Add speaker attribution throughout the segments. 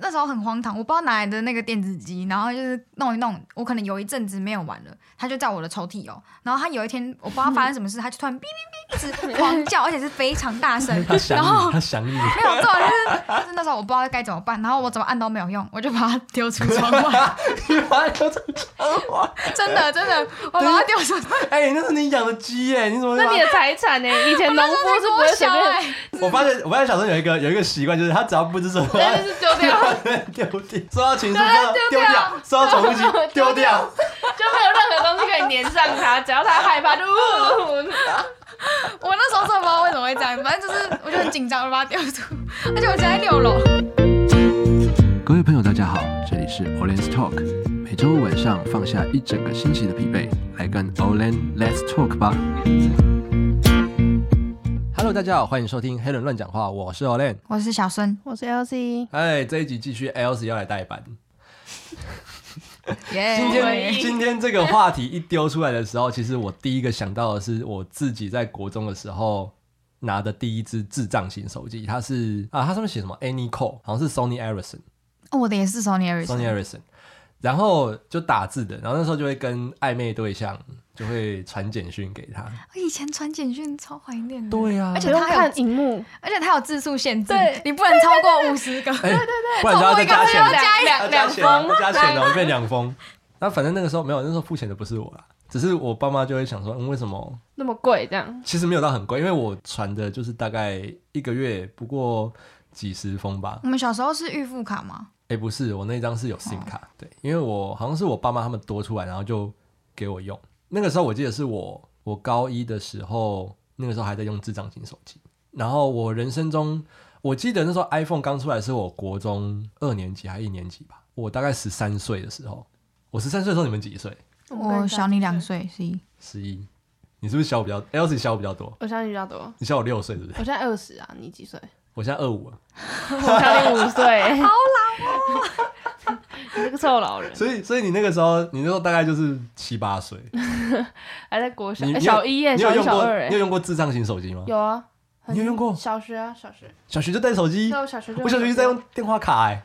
Speaker 1: 那时候很荒唐，我不知道哪来的那个电子机，然后就是弄一弄，我可能有一阵子没有玩了，它就在我的抽屉哦。然后它有一天，我不知道发生什么事，它就突然哔哔哔一直狂叫，而且是非常大声。
Speaker 2: 他想
Speaker 1: 然后
Speaker 2: 你，他想你，
Speaker 1: 没有做，就是就是那时候我不知道该怎么办，然后我怎么按都没有用，我就把它丢出窗外，
Speaker 2: 你把它丢出窗外。
Speaker 1: 真的真的，我把它丢出窗外。
Speaker 2: 哎，那是你养的鸡耶，你怎么会把
Speaker 3: 那
Speaker 2: 它
Speaker 3: 你的财产呢、以前
Speaker 1: 我
Speaker 3: 农
Speaker 1: 哦那时
Speaker 3: 夫
Speaker 1: 候
Speaker 3: 是
Speaker 1: 在国
Speaker 3: 不会随
Speaker 1: 小
Speaker 3: 便，
Speaker 1: 哎，
Speaker 2: 我发现，我发现小时候有一个有一个习惯，就是他只要不知什么，
Speaker 3: 但是丢掉，
Speaker 2: 丢掉，收到情书
Speaker 3: 对
Speaker 2: 就丢
Speaker 3: 丢掉
Speaker 2: 掉，收到宠物
Speaker 3: 丢掉
Speaker 2: 机丢掉。
Speaker 3: 就没有任何东西可以粘上它，只要它害怕就呜。
Speaker 1: 我那时候真的不知道为什么会这样，反正就是我就很紧张，我把它丢出，而且我家在六楼。
Speaker 4: 各位朋友，大家好，这里是 Olen's Talk，每周五晚上放下一整个星期的疲惫，来跟 Olen Let's Talk 吧。
Speaker 2: Hello，大家好，欢迎收听《黑人乱讲话》，我是 Olen。
Speaker 1: 我是小孙，
Speaker 3: 我是 LC，
Speaker 2: 哎，这一集继续 L C 要来代班。
Speaker 1: 耶、
Speaker 2: 今
Speaker 3: 回
Speaker 2: 天
Speaker 3: 忆
Speaker 2: 今天这个话题一丢出来的时候，其实我第一个想到的是我自己在国中的时候拿的第一只智障型手机，它是啊，它上面写什么 Anyco，好像是 Sony Ericsson，Sony
Speaker 1: 哦，我的也是 Sony Ericsson，
Speaker 2: Ericsson，然后就打字的，然后那时候就会跟暧昧对象就会传简讯给他，
Speaker 1: 我以前传简讯超怀念的。
Speaker 2: 对啊
Speaker 1: 嗯而且
Speaker 3: 不用
Speaker 1: 它还有
Speaker 3: 看荧幕，
Speaker 1: 而且它有字数限制
Speaker 3: 对，
Speaker 1: 你不能超过五十个。
Speaker 2: 哎，不然就要再加钱
Speaker 1: 超过一个还要加
Speaker 2: 了，
Speaker 1: 一
Speaker 2: 要
Speaker 3: 两
Speaker 2: 加
Speaker 3: 两
Speaker 2: 钱了，
Speaker 3: 封，
Speaker 2: 要加钱了，我变两封。那反正那个时候没有，那时候付钱的不是我啦，只是我爸妈就会想说，嗯，为什么
Speaker 3: 那么贵这样。
Speaker 2: 其实没有到很贵，因为我传的就是大概一个月不过几十封吧。
Speaker 1: 我们小时候是预付卡吗？
Speaker 2: 诶，不是，我那张是有 SIM 卡，对，因为我好像是我爸妈他们多出来，然后就给我用。那个时候我记得是我我高一的时候，那个时候还在用智障型手机。然后我人生中，我记得那时候 iPhone 刚出来是我国中二年级还一年级吧，我大概十三岁的时候。我十三岁的时候你们几岁？
Speaker 1: 我小你两，岁，十一。
Speaker 2: 十一。你是不是小我比较？L C 小我比较多，
Speaker 3: 我小你比较多，
Speaker 2: 你小我六岁对不对？
Speaker 3: 我现在二十啊，你几岁？
Speaker 2: 我现在二五了。
Speaker 3: 我小你五岁，好哦老哦， 你这个臭老人，
Speaker 2: 所以，所以你那个时候，你那时候大概就是七八岁，
Speaker 3: 还在国小
Speaker 2: 你
Speaker 3: 哎
Speaker 2: 你有
Speaker 3: 小一耶，
Speaker 2: 你有
Speaker 3: 小一
Speaker 2: 用
Speaker 3: 小
Speaker 2: 过
Speaker 3: 二哎
Speaker 2: 你有，用过智障型手机吗？
Speaker 3: 有啊，很
Speaker 2: 你有用过
Speaker 3: 小学啊，小学，
Speaker 2: 小学就带手机
Speaker 3: 那，我小学就
Speaker 2: 我小学就在用，电话卡哎、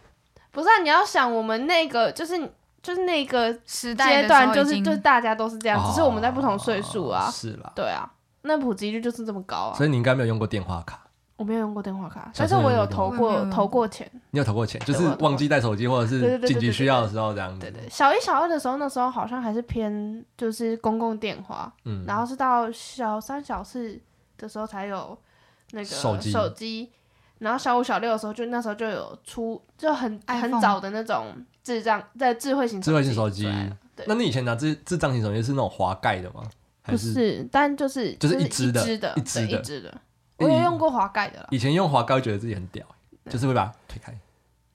Speaker 3: 不是啊，你要想我们那个就是就是那个
Speaker 1: 时代的
Speaker 3: 阶
Speaker 1: 时候
Speaker 3: 段，就
Speaker 1: 已
Speaker 3: 是
Speaker 1: 经
Speaker 3: 就是大家都是这样，啊只是我们在不同岁数
Speaker 2: 哦
Speaker 3: 啊，
Speaker 2: 是啦，
Speaker 3: 对啊，那普及率就是这么高啊
Speaker 2: 所，以你应该没有用过电话卡，
Speaker 3: 我没有用过电话卡，
Speaker 2: 小
Speaker 3: 但
Speaker 2: 时
Speaker 3: 是
Speaker 2: 候
Speaker 3: 我
Speaker 2: 有
Speaker 3: 有
Speaker 2: 用过
Speaker 3: 投
Speaker 1: 我没有
Speaker 3: 过
Speaker 1: 用
Speaker 3: 投过钱，
Speaker 2: 你有投过钱，就
Speaker 3: 有
Speaker 2: 是
Speaker 3: 我有投过
Speaker 2: 忘记带手机或者
Speaker 3: 对对
Speaker 2: 是
Speaker 3: 对对
Speaker 2: 紧急
Speaker 3: 对
Speaker 2: 需要的时候这样子
Speaker 3: 对，对，小一、小二的时候，那时候好像还是偏就是公共电话，
Speaker 2: 嗯，
Speaker 3: 然后是到小三、小四的时候才有那个
Speaker 2: 手机
Speaker 3: 手机，然后小五、小六的时候就那时候就有出，就很
Speaker 1: iPhone
Speaker 3: 很早的那种智障在智慧型
Speaker 2: 智慧型手机
Speaker 3: 出来了对，
Speaker 2: 那你以前拿智智障型手机是那种滑盖的吗？还
Speaker 3: 不是，但就是
Speaker 2: 就是
Speaker 3: 一
Speaker 2: 一支的
Speaker 3: 支的
Speaker 2: 一支
Speaker 3: 对
Speaker 2: 的
Speaker 3: 一支的，
Speaker 2: 那
Speaker 3: 我有
Speaker 2: 你
Speaker 3: 用过滑盖的啦。
Speaker 2: 以前用滑盖会觉得自己很屌、欸
Speaker 3: 对
Speaker 2: 就是会把它推开，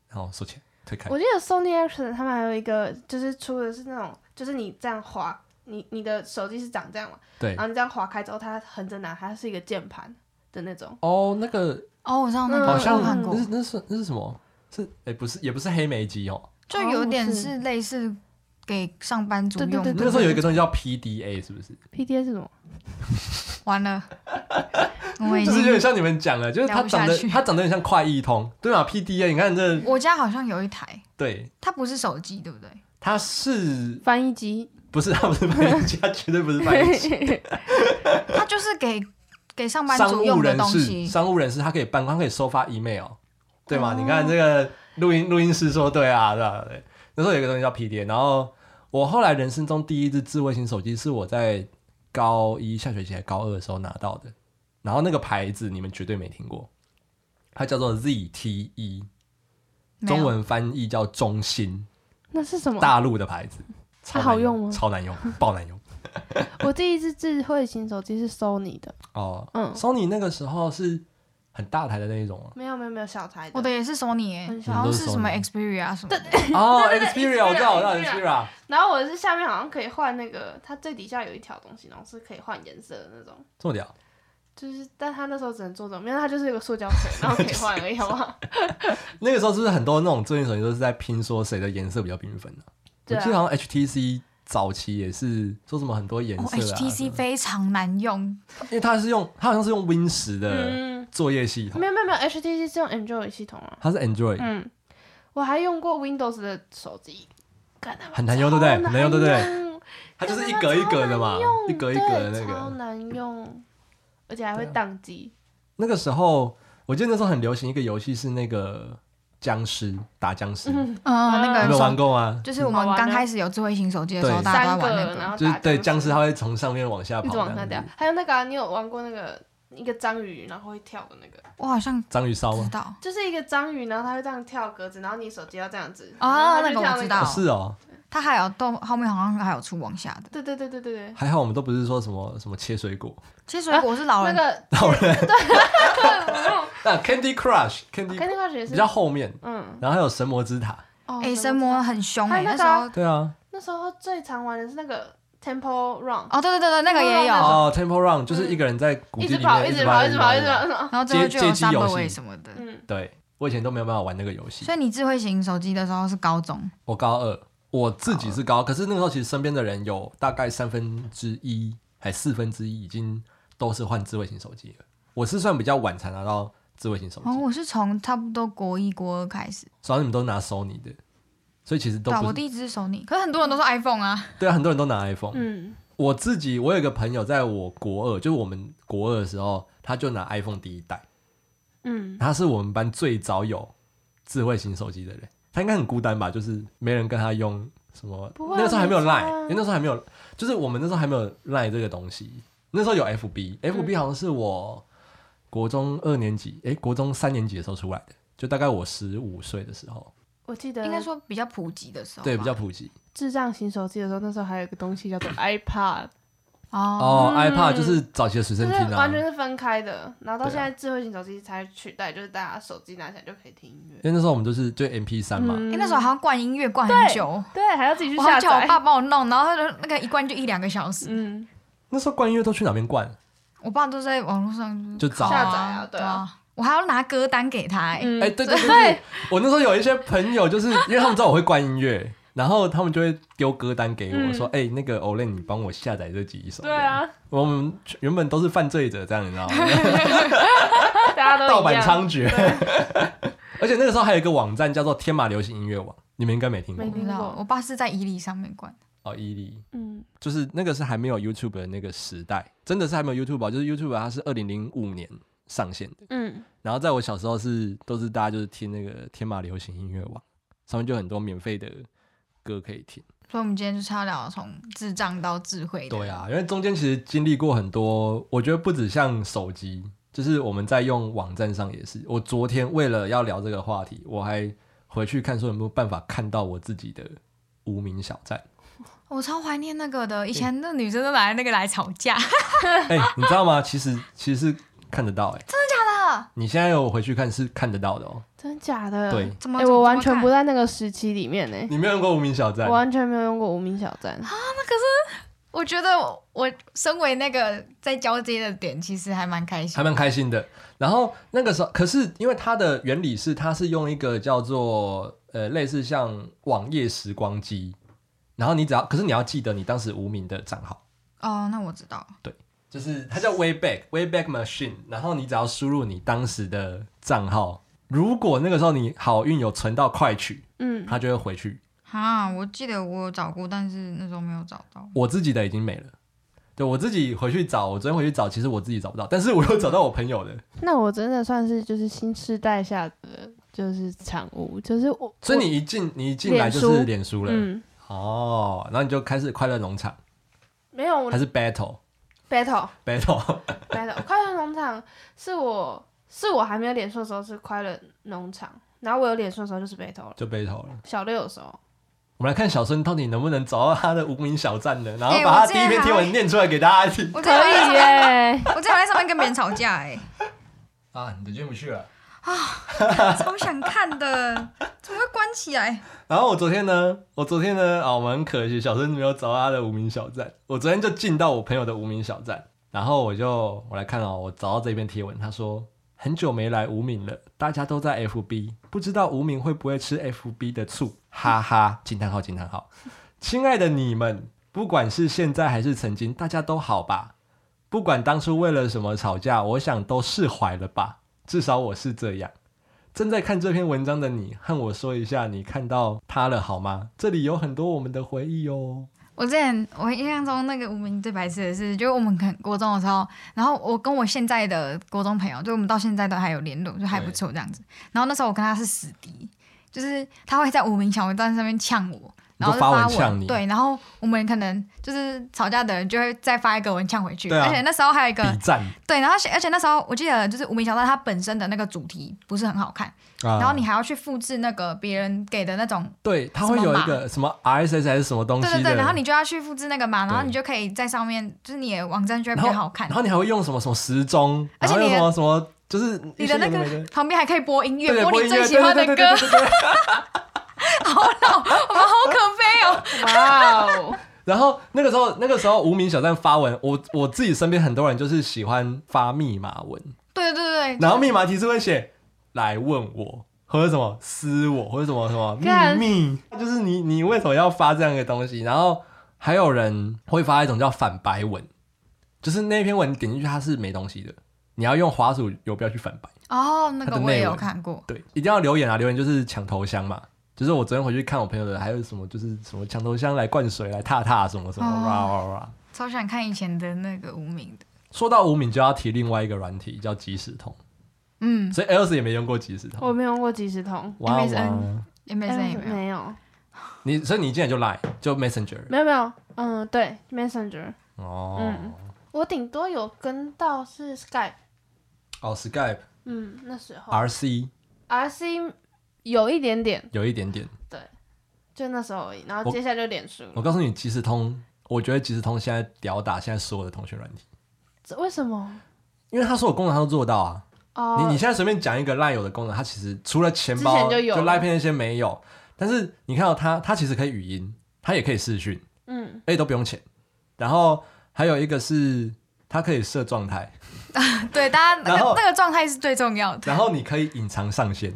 Speaker 2: 然后收起来，推开
Speaker 3: 我，记得 Sony Ericsson 他们还有一个就是出的是那种，就是你这样滑，你你的手机是长这样嘛，
Speaker 2: 对
Speaker 3: 然，后你这样滑开之后，它横着拿，它是一个键盘的那种。
Speaker 2: 哦，那个
Speaker 1: 哦，我知道那个，
Speaker 3: 嗯
Speaker 2: 好
Speaker 1: 我
Speaker 2: 像
Speaker 1: 有看过
Speaker 2: 那，是那是那是什么？是哎、不是也不是黑莓机哦，
Speaker 1: 就有点
Speaker 3: 好
Speaker 1: 是类似给上班族
Speaker 3: 对对
Speaker 1: 用
Speaker 3: 对
Speaker 1: 的。
Speaker 2: 那个时候有一个东西叫 PDA，是不是？
Speaker 3: PTA 是什么？
Speaker 1: 完了， 我已
Speaker 2: 就是有
Speaker 1: 经
Speaker 2: 点像你们讲的，就是它
Speaker 1: 哎聊不下
Speaker 2: 长得
Speaker 1: 去
Speaker 2: 它长得有点像快易通，对吧？PDA，你看这
Speaker 1: 我家好像有一台，
Speaker 2: 对，
Speaker 1: 它不是手机，对不对？
Speaker 2: 它是
Speaker 3: 翻译机。
Speaker 2: 不是它不是翻译 机，它绝对不是翻译机。
Speaker 1: 它就是给给上班
Speaker 2: 商
Speaker 1: 族
Speaker 2: 务
Speaker 1: 用的
Speaker 2: 人
Speaker 1: 东
Speaker 2: 士，
Speaker 1: 西。哦
Speaker 2: 商务人士他可以办公，他可以收发 email，对吗？你看这个录音录音师说对啊，对吧、对，那时候有一个东西叫 PDA，然后我后来人生中第一只智慧型手机是我在高一下学期还高二的时候拿到的，然后那个牌子你们绝对没听过，它叫做 ZTE，
Speaker 1: 没有
Speaker 2: 中文翻译叫中兴，
Speaker 3: 那是什么？
Speaker 2: 大陆的牌子。超难
Speaker 3: 它好用吗
Speaker 2: 超难用，爆难用
Speaker 3: 我第一只智慧型手机是 Sony 的，
Speaker 2: 哦！
Speaker 3: 嗯，
Speaker 2: Sony 那个时候是很大台的那一种啊，
Speaker 3: 没有没有没有小台
Speaker 2: 哦
Speaker 1: 我的也是 Sony，耶
Speaker 3: 很小
Speaker 1: 好像是什么
Speaker 2: 你们
Speaker 1: Xperia 啊什么的。
Speaker 2: 哦
Speaker 3: 对对对
Speaker 2: ，Xperia，我知道，我知道
Speaker 3: Xperia
Speaker 2: Xperia。
Speaker 3: 然后我是下面好像可以换那个，它最底下有一条东西，然后是可以换颜色的那种。
Speaker 2: 这么屌，
Speaker 3: 就是，但它那时候只能做这种，因为它就是一个塑胶壳，然后可以换而已，好不好？
Speaker 2: 那个时候是不是很多那种智能手机都是在拼说谁的颜色比较缤纷呢？ 我
Speaker 3: 对啊
Speaker 2: 记得好像 HTC 早期也是说什么很多颜
Speaker 1: 哦
Speaker 2: 色啊
Speaker 1: ，HTC 非常难用，
Speaker 2: 因为它是用它好像是用 Win 十的
Speaker 3: 嗯，
Speaker 2: 作业系统
Speaker 3: 没，有没有没有，HTC 是用 Android 系统啊。
Speaker 2: 它是 Android，
Speaker 3: 嗯，我还用过 Windows 的手机，干他妈
Speaker 2: 很难用对不对很
Speaker 3: 超
Speaker 2: 难用对不对
Speaker 3: 用
Speaker 2: 它就是一格一格的嘛
Speaker 3: 干他妈超难，用
Speaker 2: 一格一格的
Speaker 3: 对
Speaker 2: 那
Speaker 3: 超
Speaker 2: 个。
Speaker 3: 难用，而且还会
Speaker 2: 对啊
Speaker 3: 宕机。
Speaker 2: 那个时候，我记得那时候很流行一个游戏是那个僵尸打僵尸，你
Speaker 1: 嗯，那
Speaker 2: 们
Speaker 1: 个
Speaker 2: 有玩
Speaker 1: 手
Speaker 2: 过吗？
Speaker 1: 就是我们
Speaker 3: 好玩啊
Speaker 1: 刚开始有智慧型手机的时候，
Speaker 2: 对
Speaker 1: 大家
Speaker 3: 三
Speaker 1: 都在玩
Speaker 3: 个，
Speaker 1: 那
Speaker 3: 然
Speaker 1: 个。
Speaker 3: 后
Speaker 2: 就是
Speaker 3: 打
Speaker 2: 对
Speaker 3: 僵
Speaker 2: 僵尸，它会从上面往下
Speaker 3: 一
Speaker 2: 跑
Speaker 3: 直
Speaker 2: 这样
Speaker 3: 往
Speaker 2: 子，
Speaker 3: 上掉。还有那个啊、你有玩过那个一个章鱼，然后会跳的那个，
Speaker 1: 我好像
Speaker 2: 章鱼烧
Speaker 1: 知
Speaker 2: 吗？
Speaker 1: 道，
Speaker 3: 就是一个章鱼，然后它会这样跳格子，然后你手机要这样子。
Speaker 1: 哦
Speaker 3: 然后它
Speaker 1: 那
Speaker 3: 就
Speaker 1: 个我
Speaker 3: 跳
Speaker 1: 知道
Speaker 2: 哦是哦，
Speaker 1: 它还有到后面好像还有出往下的。
Speaker 3: 对对对对对对，
Speaker 2: 还好我们都不是说什么什么切水果，
Speaker 1: 其实水果是老
Speaker 3: 那
Speaker 1: 人，
Speaker 3: 个
Speaker 2: 老人
Speaker 3: 哦
Speaker 2: 那 Candy Crush Candy
Speaker 3: 肯定开始也是
Speaker 2: 比较后面，
Speaker 3: 嗯，
Speaker 2: 然后还有神魔之塔，
Speaker 3: 哦
Speaker 1: 哎，神魔很凶哎，
Speaker 3: 还有
Speaker 1: 那
Speaker 3: 那
Speaker 1: 时
Speaker 3: 个啊
Speaker 1: 候
Speaker 2: 对啊，
Speaker 3: 那时候最常玩的是那个 Temple Run，
Speaker 1: 哦，对对对对，那个也有，
Speaker 3: 那
Speaker 1: 然
Speaker 2: 哦，Temple Run 就是一个人在古
Speaker 3: 啊一
Speaker 2: 迹
Speaker 3: 直
Speaker 2: 里
Speaker 3: 跑，
Speaker 2: 面
Speaker 3: 一直跑，一直跑，一
Speaker 2: 一
Speaker 3: 直
Speaker 2: 跑。
Speaker 3: 跑。
Speaker 1: 后最后就有
Speaker 2: 街机游戏
Speaker 1: Subway 什么的。
Speaker 3: 嗯，
Speaker 2: 对，我以前都没有办法玩那个游戏
Speaker 1: 所，以你智慧型手机的时候是高中，
Speaker 2: 我高二，我自己是高，可是那个时候其实身边的人有大概三分之一还四分之一已经都是换智慧型手机了，我是算比较晚才拿到智慧型手机
Speaker 1: 哦，，我是从差不多国一国二开始，
Speaker 2: 主要你们都拿 Sony 的，所以其实都
Speaker 1: 对啊，
Speaker 2: 不
Speaker 1: 我
Speaker 2: 是
Speaker 1: 第一只是 Sony，可是很多人都是 iPhone 啊，
Speaker 2: 对啊，很多人都拿 iPhone，
Speaker 3: 嗯，
Speaker 2: 我自己，我有一个朋友，在我国二，就是我们国二的时候，他就拿 iPhone 第一代，
Speaker 3: 嗯，
Speaker 2: 他是我们班最早有智慧型手机的人。他应该很孤单吧，就是没人跟他用什么。
Speaker 3: 不会啊
Speaker 2: 那时候还没有
Speaker 3: 没差
Speaker 2: Line，
Speaker 3: 啊
Speaker 2: 因为那时候还没有，就是我们那时候还没有 Line 这个东西。那时候有 FB，FB
Speaker 3: 嗯
Speaker 2: 好像是我国中二年级，诶、国中三年级的时候出来的，就大概我十五岁的时候，
Speaker 3: 我记得
Speaker 1: 应该说比较普及的时候吧，
Speaker 2: 对，比较普及。
Speaker 3: 智障型手机的时候，那时候还有一个东西叫做 iPad，
Speaker 1: 哦，
Speaker 2: 哦、
Speaker 3: 嗯
Speaker 2: i p a d 就是早期的随
Speaker 3: 就
Speaker 2: 身
Speaker 3: 是
Speaker 2: 听啊
Speaker 3: 完，全是分开的。然后到
Speaker 2: 对啊
Speaker 3: 现在智慧型手机才取代，就是大家手机拿起来就可以听音乐
Speaker 2: 因。为那时候我们就是就 MP 三
Speaker 3: 嗯
Speaker 2: 嘛，
Speaker 1: 哎，那时候好像灌音乐灌
Speaker 3: 对
Speaker 1: 很久，
Speaker 3: 对，还要自己去
Speaker 1: 我还
Speaker 3: 下
Speaker 1: 叫我
Speaker 3: 载。
Speaker 1: 爸帮我弄，然后那个一灌就一两个小时，
Speaker 3: 嗯，
Speaker 2: 那时候灌音乐都去哪边灌？
Speaker 1: 我爸都在网络上
Speaker 2: 就找
Speaker 1: 靠
Speaker 3: 下载啊
Speaker 1: 对
Speaker 3: 对啊
Speaker 1: 啊，我还要拿歌单给他，哎，
Speaker 3: 嗯
Speaker 2: 哎、对对对对，我那时候有一些朋友，就是因为他们知道我会灌音乐，然后他们就会丢歌单给我，
Speaker 3: 嗯
Speaker 2: 说：“哎、那个 Olen，你帮我下载这几首。”
Speaker 3: 对，啊，
Speaker 2: 我们原本都是犯罪者，这样你知道吗？
Speaker 3: 大家都一样
Speaker 2: 盗版猖獗。 而且那个时候还有一个网站叫做天马流行音乐网，你们应该没听
Speaker 1: 我
Speaker 2: 过
Speaker 3: 没
Speaker 1: 不知
Speaker 3: 听
Speaker 1: 道
Speaker 3: 过，
Speaker 1: 我爸是在伊犁上面灌，
Speaker 2: 哦，伊利。
Speaker 3: 嗯，
Speaker 2: 就是那个是还没有 YouTube 的那个时代，真的是还没有 YouTube 吧？就是 YouTube 它是二零零五年上线的，
Speaker 3: 嗯，
Speaker 2: 然后在我小时候是都是大家就是听那个天马流行音乐网，上面就很多免费的歌可以听。
Speaker 1: 所以我们今天就是要聊从智障到智慧的，
Speaker 2: 对，啊，因为中间其实经历过很多，我觉得不止像手机，就是我们在用网站上也是。我昨天为了要聊这个话题，我还回去看说有没有办法看到我自己的无名小 站。
Speaker 1: 哦我超怀念那个的，以前那女生都拿那个来吵架，
Speaker 2: 哎、你知道吗？其实其实是看得到、哎，真的假的？你现在有回去看是看得到的哦、
Speaker 3: 真假的？
Speaker 2: 对，
Speaker 1: 怎么？
Speaker 3: 哎，
Speaker 1: 怎
Speaker 3: 我
Speaker 1: 么
Speaker 3: 完全不
Speaker 1: 看
Speaker 3: 在那个时期里面呢，
Speaker 2: 你没有用过无名小站
Speaker 3: 我，完全没有用过无名小站。
Speaker 2: 啊
Speaker 1: 我觉得我我身为那个在交接的点，其实还蛮开心
Speaker 2: 还。蛮开心的。然后那个时候，可是因为它的原理是，它是用一个叫做呃类似像网页时光机，然后你只要，可是你要记得你当时无名的账号，
Speaker 1: 哦，那我知道，
Speaker 2: 就是它叫 Wayback Wayback Machine，然后你只要输入你当时的账号，如果那个时候你好运有存到快取，
Speaker 3: 嗯，
Speaker 2: 它就会回去。
Speaker 1: 哈，我记得我有找过，但是那时候没有找到。
Speaker 2: 我自己的已经没了。对我自己回去找，我昨天回去找，其实我自己找不到，但是我又找到我朋友的，
Speaker 3: 那我真的算是就是新世代下的就是产物，就是我。
Speaker 2: 所以
Speaker 3: 我
Speaker 2: 你一进你一进来就是
Speaker 3: 脸书
Speaker 2: 脸书了，
Speaker 3: 嗯，
Speaker 2: 哦，然后你就开始快乐农场，
Speaker 3: 没有我
Speaker 2: 还是 battle
Speaker 3: battle
Speaker 2: battle？
Speaker 3: battle 快乐农场是我是我还没有脸书的时候是快乐农场，然后我有脸书的时候就是 battle 了。
Speaker 2: 就 battle 了。
Speaker 3: 小六的时候，
Speaker 2: 我们来看小孙到底能不能找到他的无名小站呢？然后
Speaker 1: 哎
Speaker 2: 把
Speaker 1: 我
Speaker 2: 他
Speaker 1: 之
Speaker 2: 第一
Speaker 1: 前
Speaker 2: 篇
Speaker 1: 还
Speaker 2: 贴文念出来给大家听
Speaker 1: 我之
Speaker 3: 可
Speaker 1: 前还在
Speaker 3: 以耶，
Speaker 1: 我之前还在上面跟别人吵架、欸
Speaker 2: 啊！你的进不去了。
Speaker 1: 哎，超想看的，怎么会关起来？
Speaker 2: 然后我昨天呢，我昨天呢，啊，我们很可惜，小孙没有找到他的无名小站。我昨天就进到我朋友的无名小站，然后我就我来看哦，我找到这篇贴文，他说很久没来无名了，大家都在 FB，不知道无名会不会吃 FB 的醋， 哈哈！惊叹号惊叹号！亲爱的你们，不管是现在还是曾经，大家都好吧？不管当初为了什么吵架，我想都释怀了吧，至少我是这样。正在看这篇文章的你，和我说一下你看到它了好吗？这里有很多我们的回忆哦。
Speaker 1: 我之前我印象中那个我们最白痴的是，就是我们可能国中的时候，然后我跟我现在的国中朋友，就我们到现在都还有联络，就还不错这样子。然后那时候我跟他是死敌，就是他会在无名小站上面呛我，然后就
Speaker 2: 发文
Speaker 1: 文
Speaker 2: 呛你
Speaker 1: 对，然后我们可能就是吵架的人就会再发一个文呛回去，
Speaker 2: 对啊
Speaker 1: 而且那时候还有一个
Speaker 2: 比赞
Speaker 1: 对，然后而且那时候我记得就是无名小站它本身的那个主题不是很好看，
Speaker 2: 啊，
Speaker 1: 然后你还要去复制那个别人给的那种
Speaker 2: 对它会有一个什么 RSS 还是什么东西
Speaker 1: 对
Speaker 2: 的，
Speaker 1: 对对，然后你就要去复制那个嘛，然后
Speaker 2: 对
Speaker 1: 你就可以在上面，就是你的网站就会
Speaker 2: 然
Speaker 1: 比
Speaker 2: 后
Speaker 1: 较好看
Speaker 2: 然。后你还会用什么什么时钟，
Speaker 1: 而且
Speaker 2: 然后
Speaker 1: 你
Speaker 2: 用什么什么，就是
Speaker 1: 你的那
Speaker 2: 一些有没
Speaker 1: 个
Speaker 2: 的
Speaker 1: 旁边还可以播音
Speaker 2: 对
Speaker 1: 乐，
Speaker 2: 播
Speaker 1: 你
Speaker 2: 音乐
Speaker 1: 最喜欢的歌
Speaker 2: 对对，对对对对对
Speaker 1: 我们 好可悲哦！
Speaker 3: 哇哦，
Speaker 2: 然后那个时候，那个时候无名小站发文，我我自己身边很多人就是喜欢发密码文，
Speaker 1: 对对对对，
Speaker 2: 然后密码提示会写来问我，或者什么私我，或者什么什么
Speaker 3: 干
Speaker 2: 秘密，就是你你为什么要发这样一个东西？然后还有人会发一种叫反白文，就是那篇文点进去它是没东西的，你要用滑鼠游标去反白。
Speaker 1: 哦，那
Speaker 2: 它
Speaker 1: 个
Speaker 2: 的
Speaker 1: 我也
Speaker 2: 内
Speaker 1: 有
Speaker 2: 文
Speaker 1: 看过，
Speaker 2: 对，一定要留言啊！留言就是抢头香嘛。就是我昨天回去看我朋友的，还有什么就是什么抢头香来灌水来踏踏什么什么
Speaker 1: 哦
Speaker 2: 哇哇哇！
Speaker 1: 超想看以前的那个无名的，
Speaker 2: 说到无名，就要提另外一个软体叫即时通，
Speaker 1: 嗯
Speaker 2: 所以 Else 也没用过即时通。
Speaker 3: 我没有用过即时通，
Speaker 2: 哇哇
Speaker 1: MSN！，MSN 也没有，
Speaker 3: 嗯哎没有，
Speaker 2: 你所以你进来就 Line 就 Messenger
Speaker 3: 没有没有，嗯，对，Messenger，
Speaker 2: 哦、
Speaker 3: 嗯我顶多有跟到是 Skype，
Speaker 2: 哦，Skype
Speaker 3: 嗯，那时候
Speaker 2: RC
Speaker 3: RC 有一点点，
Speaker 2: 有一点点。
Speaker 3: 就那时候而已，然后
Speaker 2: 我
Speaker 3: 接下来就脸书
Speaker 2: 我
Speaker 3: 了，
Speaker 2: 告诉你，即时通，我觉得即时通现在吊打现在所有的通讯软体，
Speaker 3: 这为什么？
Speaker 2: 因为它所有功能它都做到啊。
Speaker 3: 哦，
Speaker 2: 你你现在随便讲一个 Line 有的功能，它其实除了钱
Speaker 3: 之
Speaker 2: 包
Speaker 3: 前就有了
Speaker 2: Line 片那些没有，但是你看到它，它其实可以语音，它也可以视讯，
Speaker 3: 嗯，
Speaker 2: 而且都不用钱。然后还有一个是它可以设状态，
Speaker 1: 对，大家那
Speaker 2: 然后
Speaker 1: 个那个状态是最重要的。
Speaker 2: 然后你可以隐藏上线，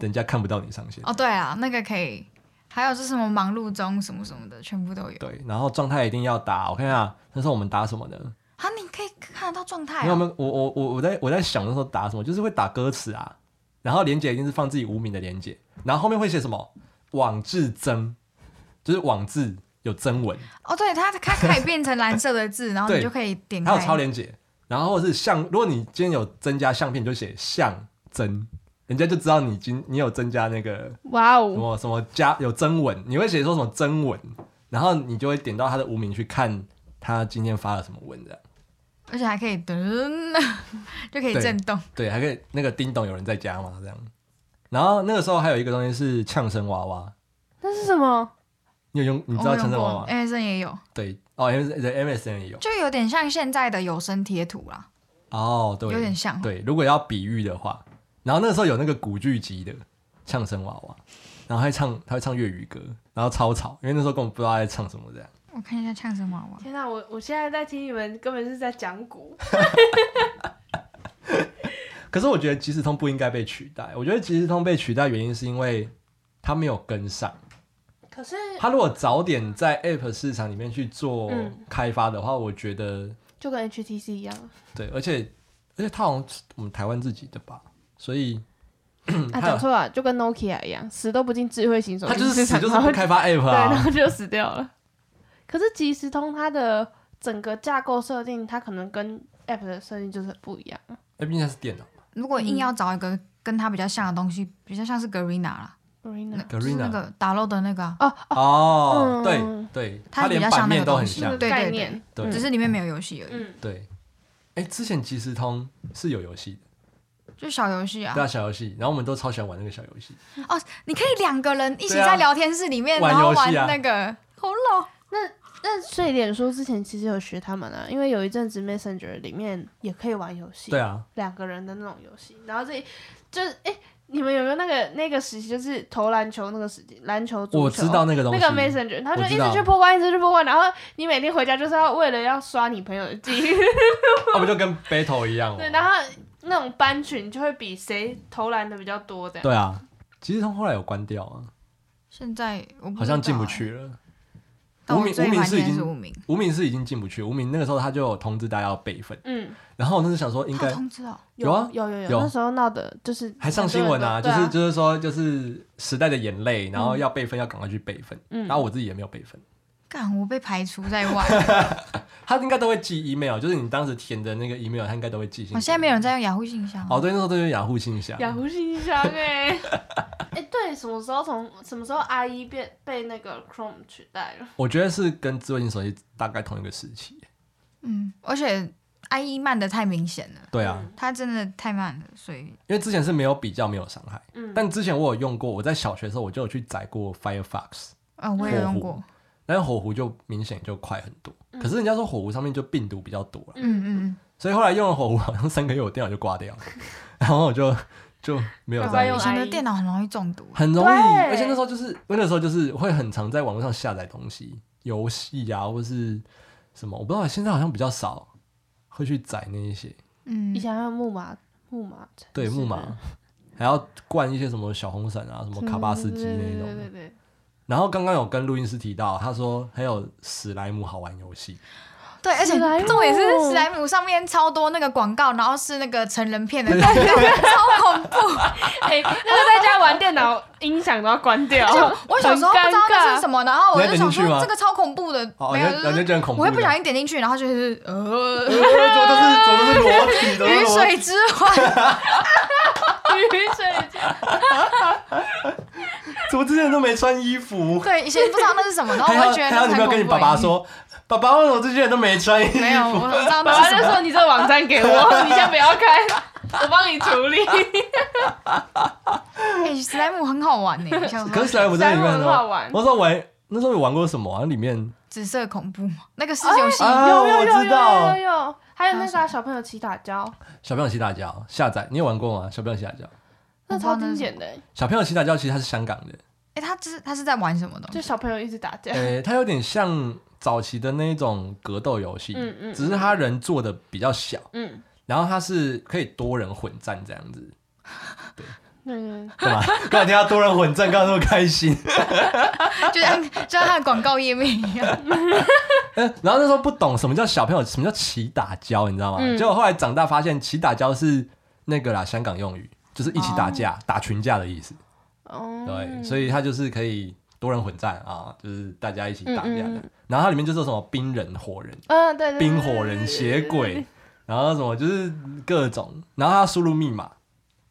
Speaker 2: 人家看不到你上线。
Speaker 1: 哦，对啊，那个可以，还有是什么忙碌中什么什么的，全部都有
Speaker 2: 对，然后状态一定要打。我看一下那时候我们打什么呢？
Speaker 1: 啊！你可以看得到状态
Speaker 2: 因为我
Speaker 1: 啊，
Speaker 2: 们我我我我在我在想那时候打什么，就是会打歌词啊，然后连接一定是放自己无名的连接，然后后面会写什么网志增，就是网志有增文，
Speaker 1: 哦，对，它它可以变成蓝色的字，然后
Speaker 2: 对
Speaker 1: 你就可以点
Speaker 2: 还有
Speaker 1: 开。
Speaker 2: 超连接，然后或者是像，如果你今天有增加相片，你就写相增，人家就知道你今你有增加那个
Speaker 3: 哇
Speaker 2: 什
Speaker 3: 哦，
Speaker 2: 么什么加有增文，你会写说什么增文，然后你就会点到他的无名去看他今天发了什么文这样。
Speaker 1: 而且还可以噔， 就可以
Speaker 2: 对
Speaker 1: 震动。
Speaker 2: 对，还可以那个叮咚有人在家嘛这样。然后那个时候还有一个东西是呛声娃娃，
Speaker 3: 那是什么？
Speaker 2: 你有用？你
Speaker 1: 哦
Speaker 2: 知道呛声娃娃？
Speaker 1: m s 也有，
Speaker 2: 对，哦，M M S N 也有。
Speaker 1: 就有点像现在的有声贴图啦，
Speaker 2: 哦，对，
Speaker 1: 有点像。
Speaker 2: 对，如果要比喻的话，然后那个时候有那个古巨基的呛声娃娃，然后他会唱他会唱粤语歌，然后超吵，因为那时候根本不知道他在唱什么这样。
Speaker 1: 我看一下呛声娃娃，
Speaker 3: 天哪，我我现在在听你们，根本是在讲古，
Speaker 2: 可是我觉得即时通不应该被取代，我觉得即时通被取代原因是因为它没有跟上。
Speaker 3: 可是
Speaker 2: 它如果早点在 App 市场里面去做
Speaker 3: 嗯
Speaker 2: 开发的话，我觉得
Speaker 3: 就跟 HTC 一样，
Speaker 2: 对，而且而且它好像是我们台湾自己的吧，所以
Speaker 3: 啊，
Speaker 2: 嗯它有
Speaker 3: 讲错了，就跟 Nokia 一样，死都不进智慧型手机
Speaker 2: 它就是
Speaker 3: 市
Speaker 2: 死
Speaker 3: 场
Speaker 2: 就是
Speaker 3: 然后
Speaker 2: 不开 发 app
Speaker 3: 对，然
Speaker 2: 啊。
Speaker 3: 后就死掉了。可是即时通它的整个架构设定，它可能跟 App 的设定就是很不一样。
Speaker 2: 哎，毕竟它是电脑
Speaker 1: 如果硬要找一个跟它比较像的东西，比较像是 Garena 啦，
Speaker 3: Arena，
Speaker 1: 就是那
Speaker 2: ，Garena
Speaker 1: 个打漏的那个啊，
Speaker 3: 哦，
Speaker 2: 哦，
Speaker 3: 嗯
Speaker 2: 对对，
Speaker 1: 它
Speaker 2: 它
Speaker 1: 比较
Speaker 2: 连
Speaker 1: 像
Speaker 2: 版
Speaker 1: 那
Speaker 2: 面
Speaker 1: 个
Speaker 2: 都
Speaker 1: 东
Speaker 2: 很
Speaker 1: 西
Speaker 2: 像
Speaker 1: 对，
Speaker 3: 概念，
Speaker 2: 对
Speaker 1: 只是里面没有游戏而已，
Speaker 3: 嗯，
Speaker 2: 对。哎，之前即时通是有游戏的，
Speaker 1: 就小游戏啊
Speaker 2: 对。啊，小游戏，然后我们都超喜欢玩那个小游戏，
Speaker 1: 哦，你可以两个人一起
Speaker 2: 对啊
Speaker 1: 在聊天室里面，
Speaker 2: 玩
Speaker 1: 然后
Speaker 2: 游
Speaker 1: 玩
Speaker 2: 戏啊
Speaker 1: 那个，好老。
Speaker 3: 那所以脸书之前其实有学他们啊，因为有一阵子 Messenger 里面也可以玩游戏，
Speaker 2: 对，啊，
Speaker 3: 两个人的那种游戏。然后这里就是哎、你们有没有那个那个时期，就是投篮球那个时期，篮球、足球
Speaker 2: 我知道那个东
Speaker 3: 那
Speaker 2: 西，
Speaker 3: 个 Messenger，他就
Speaker 2: 我知
Speaker 3: 一
Speaker 2: 道
Speaker 3: 直去破关，一直去破关，然后你每天回家就是要为了要刷你朋友的记
Speaker 2: 哦
Speaker 3: 忆，
Speaker 2: 那不就跟 battle 一 样吗？哦
Speaker 3: 对，然后那种班群就会比谁投篮的比较多这样。
Speaker 2: 对啊，即时通后来有关掉啊，
Speaker 1: 现在我不知道
Speaker 2: 好像进
Speaker 1: 欸
Speaker 2: 不去了。
Speaker 1: 但
Speaker 2: 无
Speaker 1: 我
Speaker 2: 名
Speaker 1: 最
Speaker 2: 无名
Speaker 1: 怀
Speaker 2: 是已
Speaker 1: 念的
Speaker 2: 经
Speaker 1: 是无名，
Speaker 2: 无名是已经进不去，无名那个时候他就有通知大家要备份，
Speaker 3: 嗯，
Speaker 2: 然后我那时候想说应
Speaker 1: 他
Speaker 2: 该
Speaker 1: 有通知哦，
Speaker 2: 有啊
Speaker 3: 有有有，
Speaker 2: 有
Speaker 3: 那时候闹的就是
Speaker 2: 还上新闻啊，
Speaker 3: 很
Speaker 2: 就
Speaker 3: 多
Speaker 2: 是
Speaker 3: 人都对啊
Speaker 2: 就是说就是时代的眼泪，然后要备份要赶快去备份，
Speaker 3: 嗯
Speaker 2: 然后我自己也没有备份，
Speaker 1: 干我被排除在 外。
Speaker 2: 他应该都会寄 email，就是你当时填的那个 email，他应该都会寄信给你。
Speaker 1: 哦我现在没有人在用雅虎信箱啊
Speaker 2: 哦，对，那时候都用雅虎信箱，
Speaker 3: 雅虎 信箱哎、哎、对，什么时候从什么时候 IE 变被那个 Chrome 取代了？
Speaker 2: 我觉得是跟智慧型手机大概同一个时期。
Speaker 1: 嗯，而且 IE 慢的太明显了，
Speaker 2: 对啊，
Speaker 3: 嗯
Speaker 1: 它真的太慢了，所以
Speaker 2: 因为之前是没有比较，没有伤害。
Speaker 3: 嗯
Speaker 2: 但之前我有用过，我在小学的时候我就有去载过 Firefox，
Speaker 1: 呃，我也
Speaker 2: 火
Speaker 1: 用
Speaker 2: 狐
Speaker 1: 过，
Speaker 2: 但是火狐就明显就快很多。
Speaker 3: 嗯
Speaker 2: 可是人家说火狐上面就病毒比较多了，
Speaker 1: 嗯嗯嗯，
Speaker 2: 所以后来用了火狐，好像三个月我电脑就挂掉 了，然后我就就没有
Speaker 3: 赶快
Speaker 2: 再
Speaker 3: 用
Speaker 1: 以前的
Speaker 3: IE
Speaker 1: 电脑很容易中毒，
Speaker 2: 很容易，
Speaker 3: 对
Speaker 2: 而且那时候就是那个时候就是会很常在网络上下载东西，游戏啊或是什么，我不知道现在好像比较少会去载那一些，
Speaker 1: 嗯
Speaker 3: 以，前还有木马木马城市
Speaker 2: 对木马，还要灌一些什么小红伞啊，什么卡巴斯基
Speaker 3: 嗯对
Speaker 2: 那
Speaker 3: 对对
Speaker 2: 种
Speaker 3: 对对
Speaker 1: 嗯
Speaker 2: 的。
Speaker 3: 对，
Speaker 2: 然后刚刚有跟录音师提到，他说还有史莱姆好玩 游戏，
Speaker 1: 对，而且
Speaker 3: 史莱姆
Speaker 1: 重点是史莱姆上面超多那个广告，然后是那个成人 片的广告，超恐怖。
Speaker 3: 哎、那个在家玩电脑，音响都要关掉
Speaker 1: 而且。 我小时候不知道那是什
Speaker 3: 么，
Speaker 1: 么，然后我就想
Speaker 2: 你要点进去
Speaker 1: 说
Speaker 2: 吗
Speaker 1: 这个超恐怖的，
Speaker 2: 哦，
Speaker 1: 没
Speaker 2: 你
Speaker 1: 有，
Speaker 2: 就
Speaker 1: 就
Speaker 2: 你就是觉得很恐怖
Speaker 1: 我
Speaker 2: 的。
Speaker 1: 会不小心点进去，然后就是呃，
Speaker 2: 呃，怎么都是怎么都是裸体，怎么都
Speaker 1: 雨
Speaker 2: 是裸体
Speaker 1: 水之欢，
Speaker 3: 雨水
Speaker 2: 怎么之前都没穿 衣服？
Speaker 1: 对，以前不知道那是什么，然后
Speaker 2: 还
Speaker 1: 哦我
Speaker 2: 好
Speaker 1: 会觉得
Speaker 2: 还
Speaker 1: 那
Speaker 2: 好
Speaker 1: 是
Speaker 2: 你没
Speaker 1: 很
Speaker 2: 有跟你
Speaker 1: 恐怖
Speaker 2: 爸
Speaker 1: 的
Speaker 2: 爸
Speaker 1: 影片。
Speaker 2: 说，爸爸为什么之前都没穿衣服？
Speaker 1: 没有，我知道
Speaker 3: 爸
Speaker 1: 那
Speaker 3: 爸
Speaker 1: 是
Speaker 3: 就
Speaker 1: 什么。
Speaker 3: 说你这个网站给我， 你先不要开，我帮你处理。
Speaker 1: 哎，史莱姆很好玩呢，小时候
Speaker 2: 可是史莱姆在里面
Speaker 3: 史莱姆很好玩
Speaker 2: 我说玩那时候有玩过什么啊？里面
Speaker 1: 紫色恐怖嘛，那个是游戏，
Speaker 2: 啊
Speaker 3: 有有
Speaker 2: 我
Speaker 3: 有
Speaker 2: 知道啊
Speaker 3: 有有有，还有那啥小朋友起打胶，
Speaker 2: 小朋友骑大脚下载，你有玩过吗？小朋友骑大脚，
Speaker 3: 那
Speaker 2: 啊
Speaker 3: 超经典的欸，
Speaker 2: 小朋友骑大脚其实它是香港 的，
Speaker 1: 哎，他这是他是在玩什么东
Speaker 3: 就
Speaker 1: 西？
Speaker 3: 小朋友一直打架。
Speaker 2: 呃，它有点像早期的那种格斗游戏，
Speaker 3: 嗯嗯
Speaker 2: 只是它人做的比较小，
Speaker 3: 嗯，
Speaker 2: 然后它是可以多人混战这样子，
Speaker 3: 那个
Speaker 2: 干嘛？ 干嘛听到多人混战，干嘛那么开心？
Speaker 1: 就啊像就像他的广告页面一 样，
Speaker 2: 呃然后那时候不懂什么叫小朋友，什么叫骑打交，你知道吗？
Speaker 3: 嗯
Speaker 2: 结果后来长大发现，骑打交是那个啦，香港用语，就是一起打架、打群架的意思。
Speaker 3: 哦，
Speaker 2: 对，所以它就是可以多人混战啊，就是大家一起打架的。
Speaker 3: 嗯嗯嗯
Speaker 2: 然后它里面就是有什么冰人、火人、
Speaker 3: 嗯，对对，对
Speaker 2: 冰火人、邪，
Speaker 3: 哎
Speaker 2: 鬼，然后什么就是各种，然后他输入密码，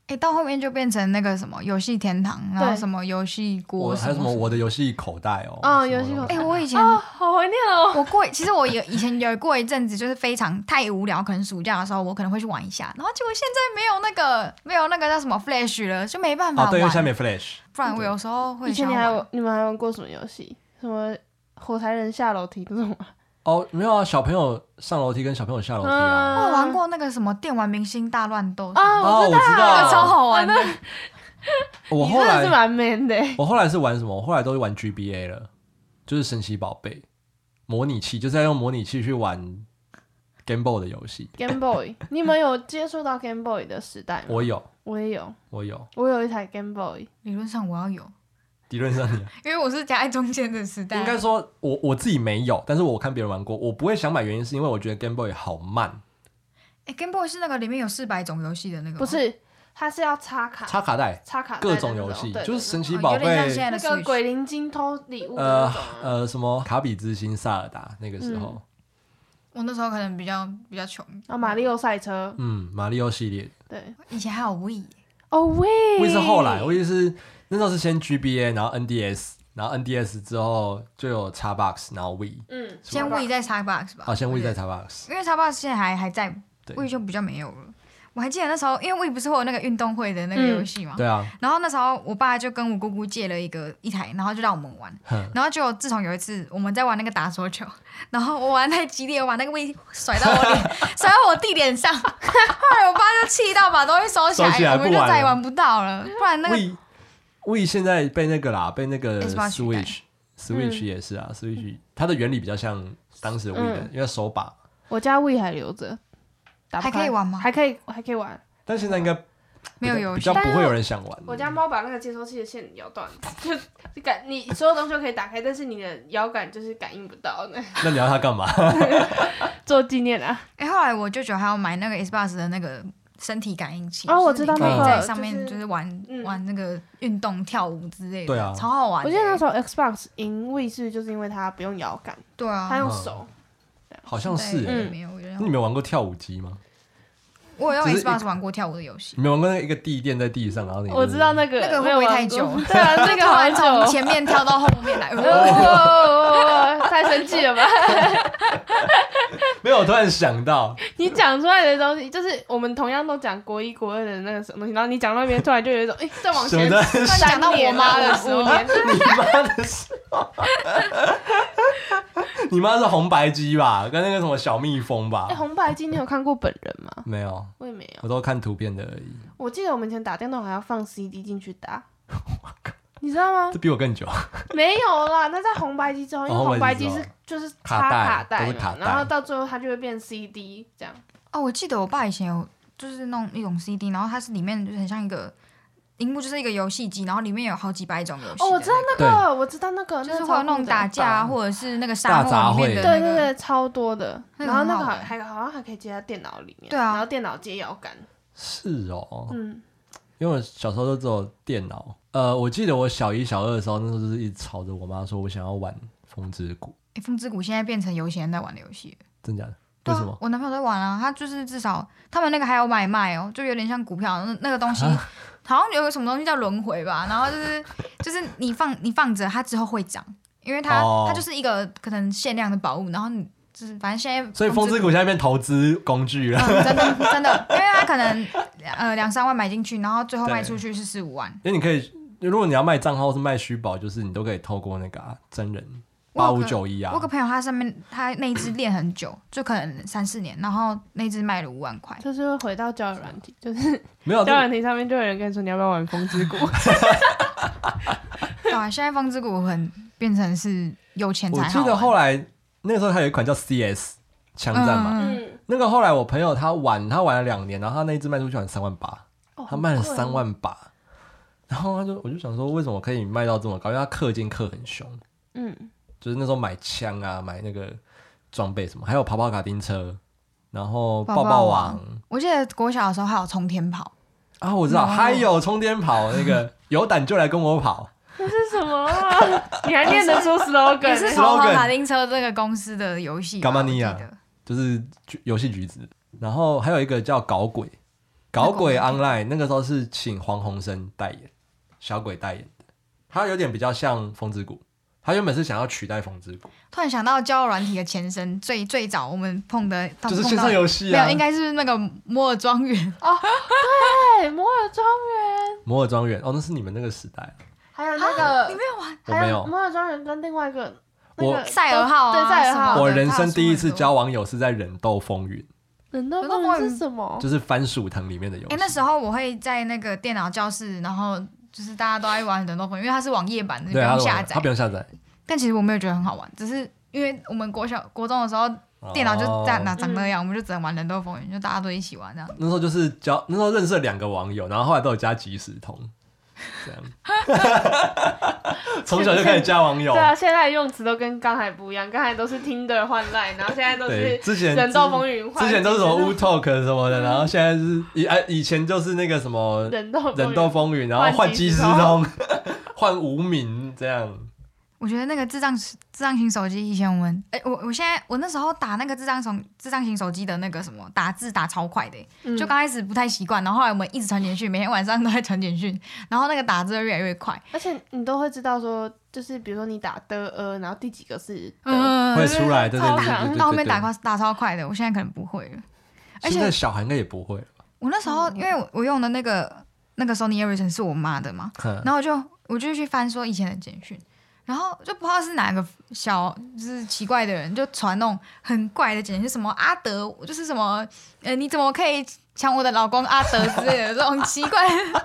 Speaker 1: 哎，到后面就变成那个什么游戏天堂，然后
Speaker 3: 对
Speaker 1: 什么游戏
Speaker 2: 我
Speaker 1: 锅，
Speaker 2: 还有什么我的游戏口袋哦，
Speaker 3: 嗯
Speaker 2: 什么
Speaker 3: 游戏口袋
Speaker 1: 哎，
Speaker 2: 东西
Speaker 1: 我以前
Speaker 3: 啊，好怀念哦。
Speaker 1: 我过，其实我有以前有过一阵子，就是非常太无聊，可能暑假的时候我可能会去玩一下，然后结果现在没有那个没有那个叫什么 Flash 了，就没办法
Speaker 2: 啊，对，因为
Speaker 1: 玩。
Speaker 2: 现在没 Flash，
Speaker 1: 不然我有时候会
Speaker 3: 以前
Speaker 1: 想
Speaker 3: 你
Speaker 1: 要
Speaker 3: 还
Speaker 1: 玩哦
Speaker 3: 有你们还玩过什么游戏？什么火柴人下楼梯那种吗？
Speaker 2: 哦，没有啊，小朋友上楼梯跟小朋友下楼梯啊，
Speaker 1: 我
Speaker 3: 哦
Speaker 1: 有玩过那个什么电玩明星大乱斗，
Speaker 3: 啊，
Speaker 2: 哦，
Speaker 3: 我
Speaker 2: 我知
Speaker 1: 那个超
Speaker 2: 道，
Speaker 1: 好玩的。
Speaker 2: 我
Speaker 3: 你
Speaker 2: 后
Speaker 3: 真的是
Speaker 2: 来
Speaker 3: 蛮 man 的欸。
Speaker 2: 我后来是玩什么？我后来都是玩 GBA 了，就是神奇宝贝模拟器，就是要用模拟器去玩 Game Boy 的游戏，
Speaker 3: Game Boy，你 们有接触到 Game Boy 的时代吗？
Speaker 2: 我有，
Speaker 3: 我也有，
Speaker 2: 我有。
Speaker 3: 我有一台 Game Boy。
Speaker 1: 理论上我要有，
Speaker 2: 理论上 你
Speaker 1: 因为我是夹在中间的时代。
Speaker 2: 应该说我我自己没有，但是我看别人玩过，我不会想买，原因是因为我觉得 Game Boy 好慢，
Speaker 1: 哎，Game Boy 是那个里面有四百种游戏的那个吗，
Speaker 3: 不是，它是要插卡，
Speaker 2: 插卡带，
Speaker 3: 插卡带
Speaker 2: 各
Speaker 3: 的
Speaker 2: 种
Speaker 3: 那
Speaker 2: 游戏
Speaker 3: 对
Speaker 2: 就是
Speaker 3: 对
Speaker 2: 神
Speaker 3: 对
Speaker 2: 奇
Speaker 1: 哦
Speaker 2: 宝
Speaker 1: 有点像
Speaker 2: 贝
Speaker 1: 现在的
Speaker 3: 那个
Speaker 1: Switch
Speaker 3: 鬼灵精偷礼物的
Speaker 2: 呃
Speaker 3: 那种啊。
Speaker 2: 呃什么卡比之心萨尔达那个时候，
Speaker 1: 我那时候可能比较比较穷。
Speaker 3: 啊，马里奥赛车，
Speaker 2: 嗯，马里奥系列，
Speaker 3: 对，
Speaker 1: 以前还有 We，
Speaker 3: 哦喂，
Speaker 2: 我也是后来，我也是那时候是先 GBA，然后 NDS，然后 NDS 之后就有 Xbox，然后 We，
Speaker 3: 嗯，
Speaker 1: 先 We 再 Xbox 吧。
Speaker 2: 好像 We 啊在
Speaker 1: 我觉
Speaker 2: Xbox，
Speaker 1: 得，因为 Xbox 现在还还在
Speaker 2: 对
Speaker 1: ，We 就比较没有了。我还记得那时候，因为 We 不是会有那个运动会的那个
Speaker 3: 嗯
Speaker 1: 游戏嘛，
Speaker 2: 对啊，
Speaker 1: 然后那时候我爸就跟我姑姑借了一个一台，然后就让我们玩。
Speaker 2: 哼
Speaker 1: 然后就自从有一次我们在玩那个打桌球， 然后我玩太激烈，我把那个位甩到我脸， 甩到我弟脸上， 后来我爸就气到把东西收起来，
Speaker 2: 收起来
Speaker 1: 我们就
Speaker 2: 不玩了
Speaker 1: 再也玩不到了。不然那个
Speaker 2: We We 现在被那个啦，被那个
Speaker 1: Xbox 取代
Speaker 2: Switch Switch 也是啊，Switch 它的原理比较像当时的 We 的
Speaker 3: 嗯，
Speaker 2: 因为手把，
Speaker 3: 我家 We 还留着，打不
Speaker 1: 还可以
Speaker 3: 开
Speaker 1: 玩吗
Speaker 3: 还可以，还可以玩。
Speaker 2: 但现在应该
Speaker 1: 没有游
Speaker 2: 比
Speaker 1: 戏
Speaker 2: 较，不会有人想玩。
Speaker 3: 我家猫把那个接收器的线咬断，就就感你所有东西都可以打开，但是你的摇杆就是感应不到呢。
Speaker 2: 那你要它干嘛？
Speaker 3: 做纪念啊！
Speaker 1: 哎、后来我舅舅还要买那个 Xbox 的那个身体感应器，
Speaker 3: 哦我
Speaker 1: 就是
Speaker 3: 知道
Speaker 1: 你可以
Speaker 2: 那个
Speaker 1: 在
Speaker 3: 就是
Speaker 1: 上面就是玩、
Speaker 3: 嗯
Speaker 1: 玩那个运动、跳舞之类的，
Speaker 2: 对啊
Speaker 1: 超好玩
Speaker 3: 我
Speaker 1: 的、欸
Speaker 3: 记得那时候 Xbox 赢卫视就是因为它不用摇杆，
Speaker 1: 对啊，
Speaker 3: 它用
Speaker 2: 嗯
Speaker 3: 手。
Speaker 2: 好像是、
Speaker 1: 对
Speaker 2: 欸。
Speaker 3: 嗯
Speaker 1: 没有，我觉得
Speaker 2: 那你没有玩过跳舞机吗？
Speaker 1: 我有
Speaker 2: 只
Speaker 1: 用
Speaker 2: 是一
Speaker 1: Xbox 玩过跳舞的游戏，
Speaker 2: 你没有玩过那一个地垫在地上，然后你
Speaker 3: 我知道那个
Speaker 1: 那个
Speaker 3: 没
Speaker 1: 会
Speaker 3: 有
Speaker 1: 不会
Speaker 3: 玩
Speaker 1: 太
Speaker 3: 过
Speaker 1: 久
Speaker 3: 对啊，那个
Speaker 1: 突
Speaker 3: 好
Speaker 1: 然从
Speaker 3: 久。
Speaker 1: 前面跳到后面来，
Speaker 3: 哦，太生气了吧！
Speaker 2: 没有，我突然想 到，
Speaker 3: 你讲出来的东西，就是我们同样都讲国一、国二的那个什么东西，然后你讲到那边，突然就有一种，哎、再往
Speaker 2: 什么
Speaker 3: 前
Speaker 2: 的，
Speaker 1: 突然讲到我妈的时
Speaker 3: 时候，
Speaker 1: 候
Speaker 3: 五，年
Speaker 2: 你妈的是， 你妈是红白机吧，跟那个什么小蜜蜂吧
Speaker 3: 哎、？红白机你有看过本人吗？
Speaker 2: 没有，
Speaker 3: 我也没有。
Speaker 2: 我都看图片的而已。
Speaker 3: 我记得我们以前打电动还要放 CD 进去打，你知道吗
Speaker 2: 这？比我更久。
Speaker 3: 没有啦，那在红白机之后，因为
Speaker 2: 哦
Speaker 3: 红白
Speaker 2: 红白机
Speaker 3: 机
Speaker 2: 之后
Speaker 3: 是就是
Speaker 2: 卡
Speaker 3: 插
Speaker 2: 带
Speaker 3: 卡
Speaker 2: 都
Speaker 3: 带
Speaker 2: 是卡
Speaker 3: 嘛，
Speaker 2: 带
Speaker 3: 然后到最后它就会变 CD 这样。
Speaker 1: 哦，我记得我爸以前有就是弄一种 CD，然后它是里面就是很像一个荧幕，就是一个游戏机，然后里面有好几百种游戏的那
Speaker 3: 哦，
Speaker 1: 个。
Speaker 3: 我知道那个，我知道那个，
Speaker 1: 就是
Speaker 3: 个
Speaker 1: 会有
Speaker 3: 超
Speaker 1: 那种
Speaker 3: 酷的
Speaker 1: 打架啊，
Speaker 2: 大
Speaker 1: 或者是那个沙漠里面的、那
Speaker 3: 对
Speaker 1: 个
Speaker 3: 对对，超多的。
Speaker 1: 那个
Speaker 3: 然后那
Speaker 1: 很
Speaker 3: 个
Speaker 1: 好
Speaker 3: 好
Speaker 1: 玩
Speaker 3: 还好像还可以接到电脑里面，
Speaker 1: 对啊
Speaker 3: 然后电脑接摇杆，
Speaker 2: 是哦，
Speaker 3: 嗯，
Speaker 2: 因为我小时候都只有电脑。呃，我记得我小一、小二的时候，那时候就是一直吵着我妈说，我想要玩《风之谷》，
Speaker 1: 诶风之谷现在变成有钱人在玩的游戏了。
Speaker 2: 真假的？
Speaker 1: 对
Speaker 2: 为
Speaker 1: 啊
Speaker 2: 什么？
Speaker 1: 我男朋友在玩啊，他就是至少他们那个还有买卖哦，就有点像股票那那个东西，
Speaker 2: 啊
Speaker 1: 好像有个什么东西叫轮回吧，然后就是就是你放你放着，它之后会涨，因为它、
Speaker 2: 哦
Speaker 1: 它就是一个可能限量的宝物，然后你就是反正现在
Speaker 2: 所以《风之谷》现在变投资工具了。
Speaker 1: 嗯，真的真的，因为他可能呃两三万买进去，然后最后卖出去是十五万。
Speaker 2: 因为你可以，如果你要卖账号是卖虚宝，就是你都可以透过那个、啊、真人
Speaker 1: 我
Speaker 2: 八
Speaker 1: 有
Speaker 2: 五
Speaker 1: 个
Speaker 2: 九一
Speaker 1: 我
Speaker 2: 啊
Speaker 1: 有，个朋友，他上面他那一只练很久，就可能三四年，然后那一只卖了五万 块。
Speaker 3: 就是会回到交友软体，就是
Speaker 2: 没有这
Speaker 3: 交友软体上面就有人跟你说你要不要玩风之谷，
Speaker 1: 对啊，现在风之谷很变成是有钱
Speaker 2: 我
Speaker 1: 才
Speaker 2: 记
Speaker 1: 好
Speaker 2: 得
Speaker 1: 玩。
Speaker 2: 后来那个时候还有一款叫 CS 枪战嘛，
Speaker 1: 嗯，
Speaker 3: 嗯，
Speaker 2: 那个后来我朋友他玩，他玩了两年，然后他那一只卖出去好像三万八，
Speaker 3: 哦
Speaker 2: 他卖了三，
Speaker 3: 好贵哦
Speaker 2: 万八，然后他就我就想说为什么可以卖到这么高？因为他氪金氪很凶，
Speaker 3: 嗯，
Speaker 2: 就是那时候买枪啊，买那个装备什么，还有跑跑卡丁车，然后抱
Speaker 1: 抱抱
Speaker 2: 网
Speaker 1: 我记得国小的时候还有冲天跑，
Speaker 2: 啊，我知道，
Speaker 1: 然后
Speaker 2: 还有冲天跑那个有胆就来跟我跑。
Speaker 3: 这是什么啊？你还念得 出
Speaker 1: 也是
Speaker 3: slogan？
Speaker 1: 跑跑
Speaker 2: slogan
Speaker 1: 卡丁车这个公司的游戏吧。
Speaker 2: 干嘛
Speaker 1: 我
Speaker 2: 你
Speaker 1: 记
Speaker 2: 呀
Speaker 1: 得
Speaker 2: 就是橘游戏橘子，然后还有一个叫搞鬼，搞鬼
Speaker 1: 那个我
Speaker 2: online 那个时候是请黄鸿升代言，小鬼代言的，他有点比较像风之谷，他原本是想要取代风之谷，
Speaker 1: 突然想到交友软体的前身，最最早我们碰的
Speaker 2: 就是
Speaker 1: 碰
Speaker 2: 线
Speaker 1: 到
Speaker 2: 上游戏
Speaker 1: 没
Speaker 2: 啊
Speaker 1: 有，，应该是那个摩尔庄 园，
Speaker 3: 对，摩尔庄园，
Speaker 2: 摩尔庄园哦，那是你们那个时代，
Speaker 3: 还有那个，
Speaker 1: 没有玩
Speaker 2: 啊我
Speaker 3: 还
Speaker 2: 没
Speaker 3: 有
Speaker 2: 有，
Speaker 3: 摩尔庄园跟另外一个那
Speaker 2: 我
Speaker 3: 个
Speaker 1: 赛尔号啊
Speaker 3: 对赛尔
Speaker 1: 什
Speaker 3: 号
Speaker 1: 么，
Speaker 2: 我
Speaker 1: 的
Speaker 2: 人
Speaker 1: 大
Speaker 2: 生
Speaker 1: 叔
Speaker 2: 第一
Speaker 1: 很
Speaker 2: 次
Speaker 1: 多
Speaker 2: 交网友是在忍斗风云，
Speaker 3: 忍豆
Speaker 1: 忍豆
Speaker 3: 风
Speaker 1: 风
Speaker 3: 云
Speaker 1: 云
Speaker 3: 是什么？
Speaker 2: 就是番薯藤里面的游
Speaker 1: 哎、
Speaker 2: 戏，
Speaker 1: 那时候我会在那个电脑教室，然后就是大家都爱玩《忍斗风云》，因为它是网页版的，你不
Speaker 2: 对他
Speaker 1: 用
Speaker 2: 是
Speaker 1: 下
Speaker 2: 网
Speaker 1: 载
Speaker 2: 他不。用下载，
Speaker 1: 但其实我没有觉得很好玩，只是因为我们国小、国中的时候，电脑就在
Speaker 2: 哦
Speaker 1: 哪长那样，我们就只能玩《忍斗风云》，就大家都一起玩这样。
Speaker 2: 那时候就是交，那时候认识了两个网友，然后后来都有加即时通，这 样，从小就开始加网友
Speaker 3: 对。啊，现在用词都跟刚才不一样，刚才都是 Tinder 换 Line，然后现在都
Speaker 2: 对，
Speaker 3: 是
Speaker 2: 之前
Speaker 3: 忍豆风云换，
Speaker 2: 之前都是什么 Wu
Speaker 3: 乌
Speaker 2: Talk 什么的，
Speaker 1: 嗯
Speaker 2: 然后现在是以哎以前就是那个什么
Speaker 3: 忍豆风云
Speaker 2: 忍斗风云，然后换
Speaker 3: 换
Speaker 2: 即
Speaker 3: 即
Speaker 2: 时
Speaker 3: 时
Speaker 2: 通， 换无名这样。
Speaker 1: 我觉得那个智障智障型手机，以前我们，哎、我我现在我那时候打那个智障手智障型手机的那个什么打字打超快的、
Speaker 3: 嗯
Speaker 1: 就刚开始不太习惯，然后后来我们一直传简讯，每天晚上都在传简讯， 然后那个打字越来越快，
Speaker 3: 而且你都会知道说，就是比如说你打的呃，然后第几个是的，
Speaker 1: 嗯，
Speaker 2: 会出来对对
Speaker 3: 超
Speaker 2: 对
Speaker 3: 长
Speaker 2: 对对
Speaker 1: 到后面打快打超快的，我现在可能不会了。而且
Speaker 2: 现在小韩应该也不会了吧，
Speaker 1: 我那时候因为我我用的那个那个 Sony Ericsson 是我妈的嘛，
Speaker 2: 哼
Speaker 1: 然后我就我就去翻说以前的简讯，然后就不知道是哪个小就是奇怪的人就传那种很怪的简讯，什么阿德就是什么呃你怎么可以抢我的老公阿德之类的这种奇怪的，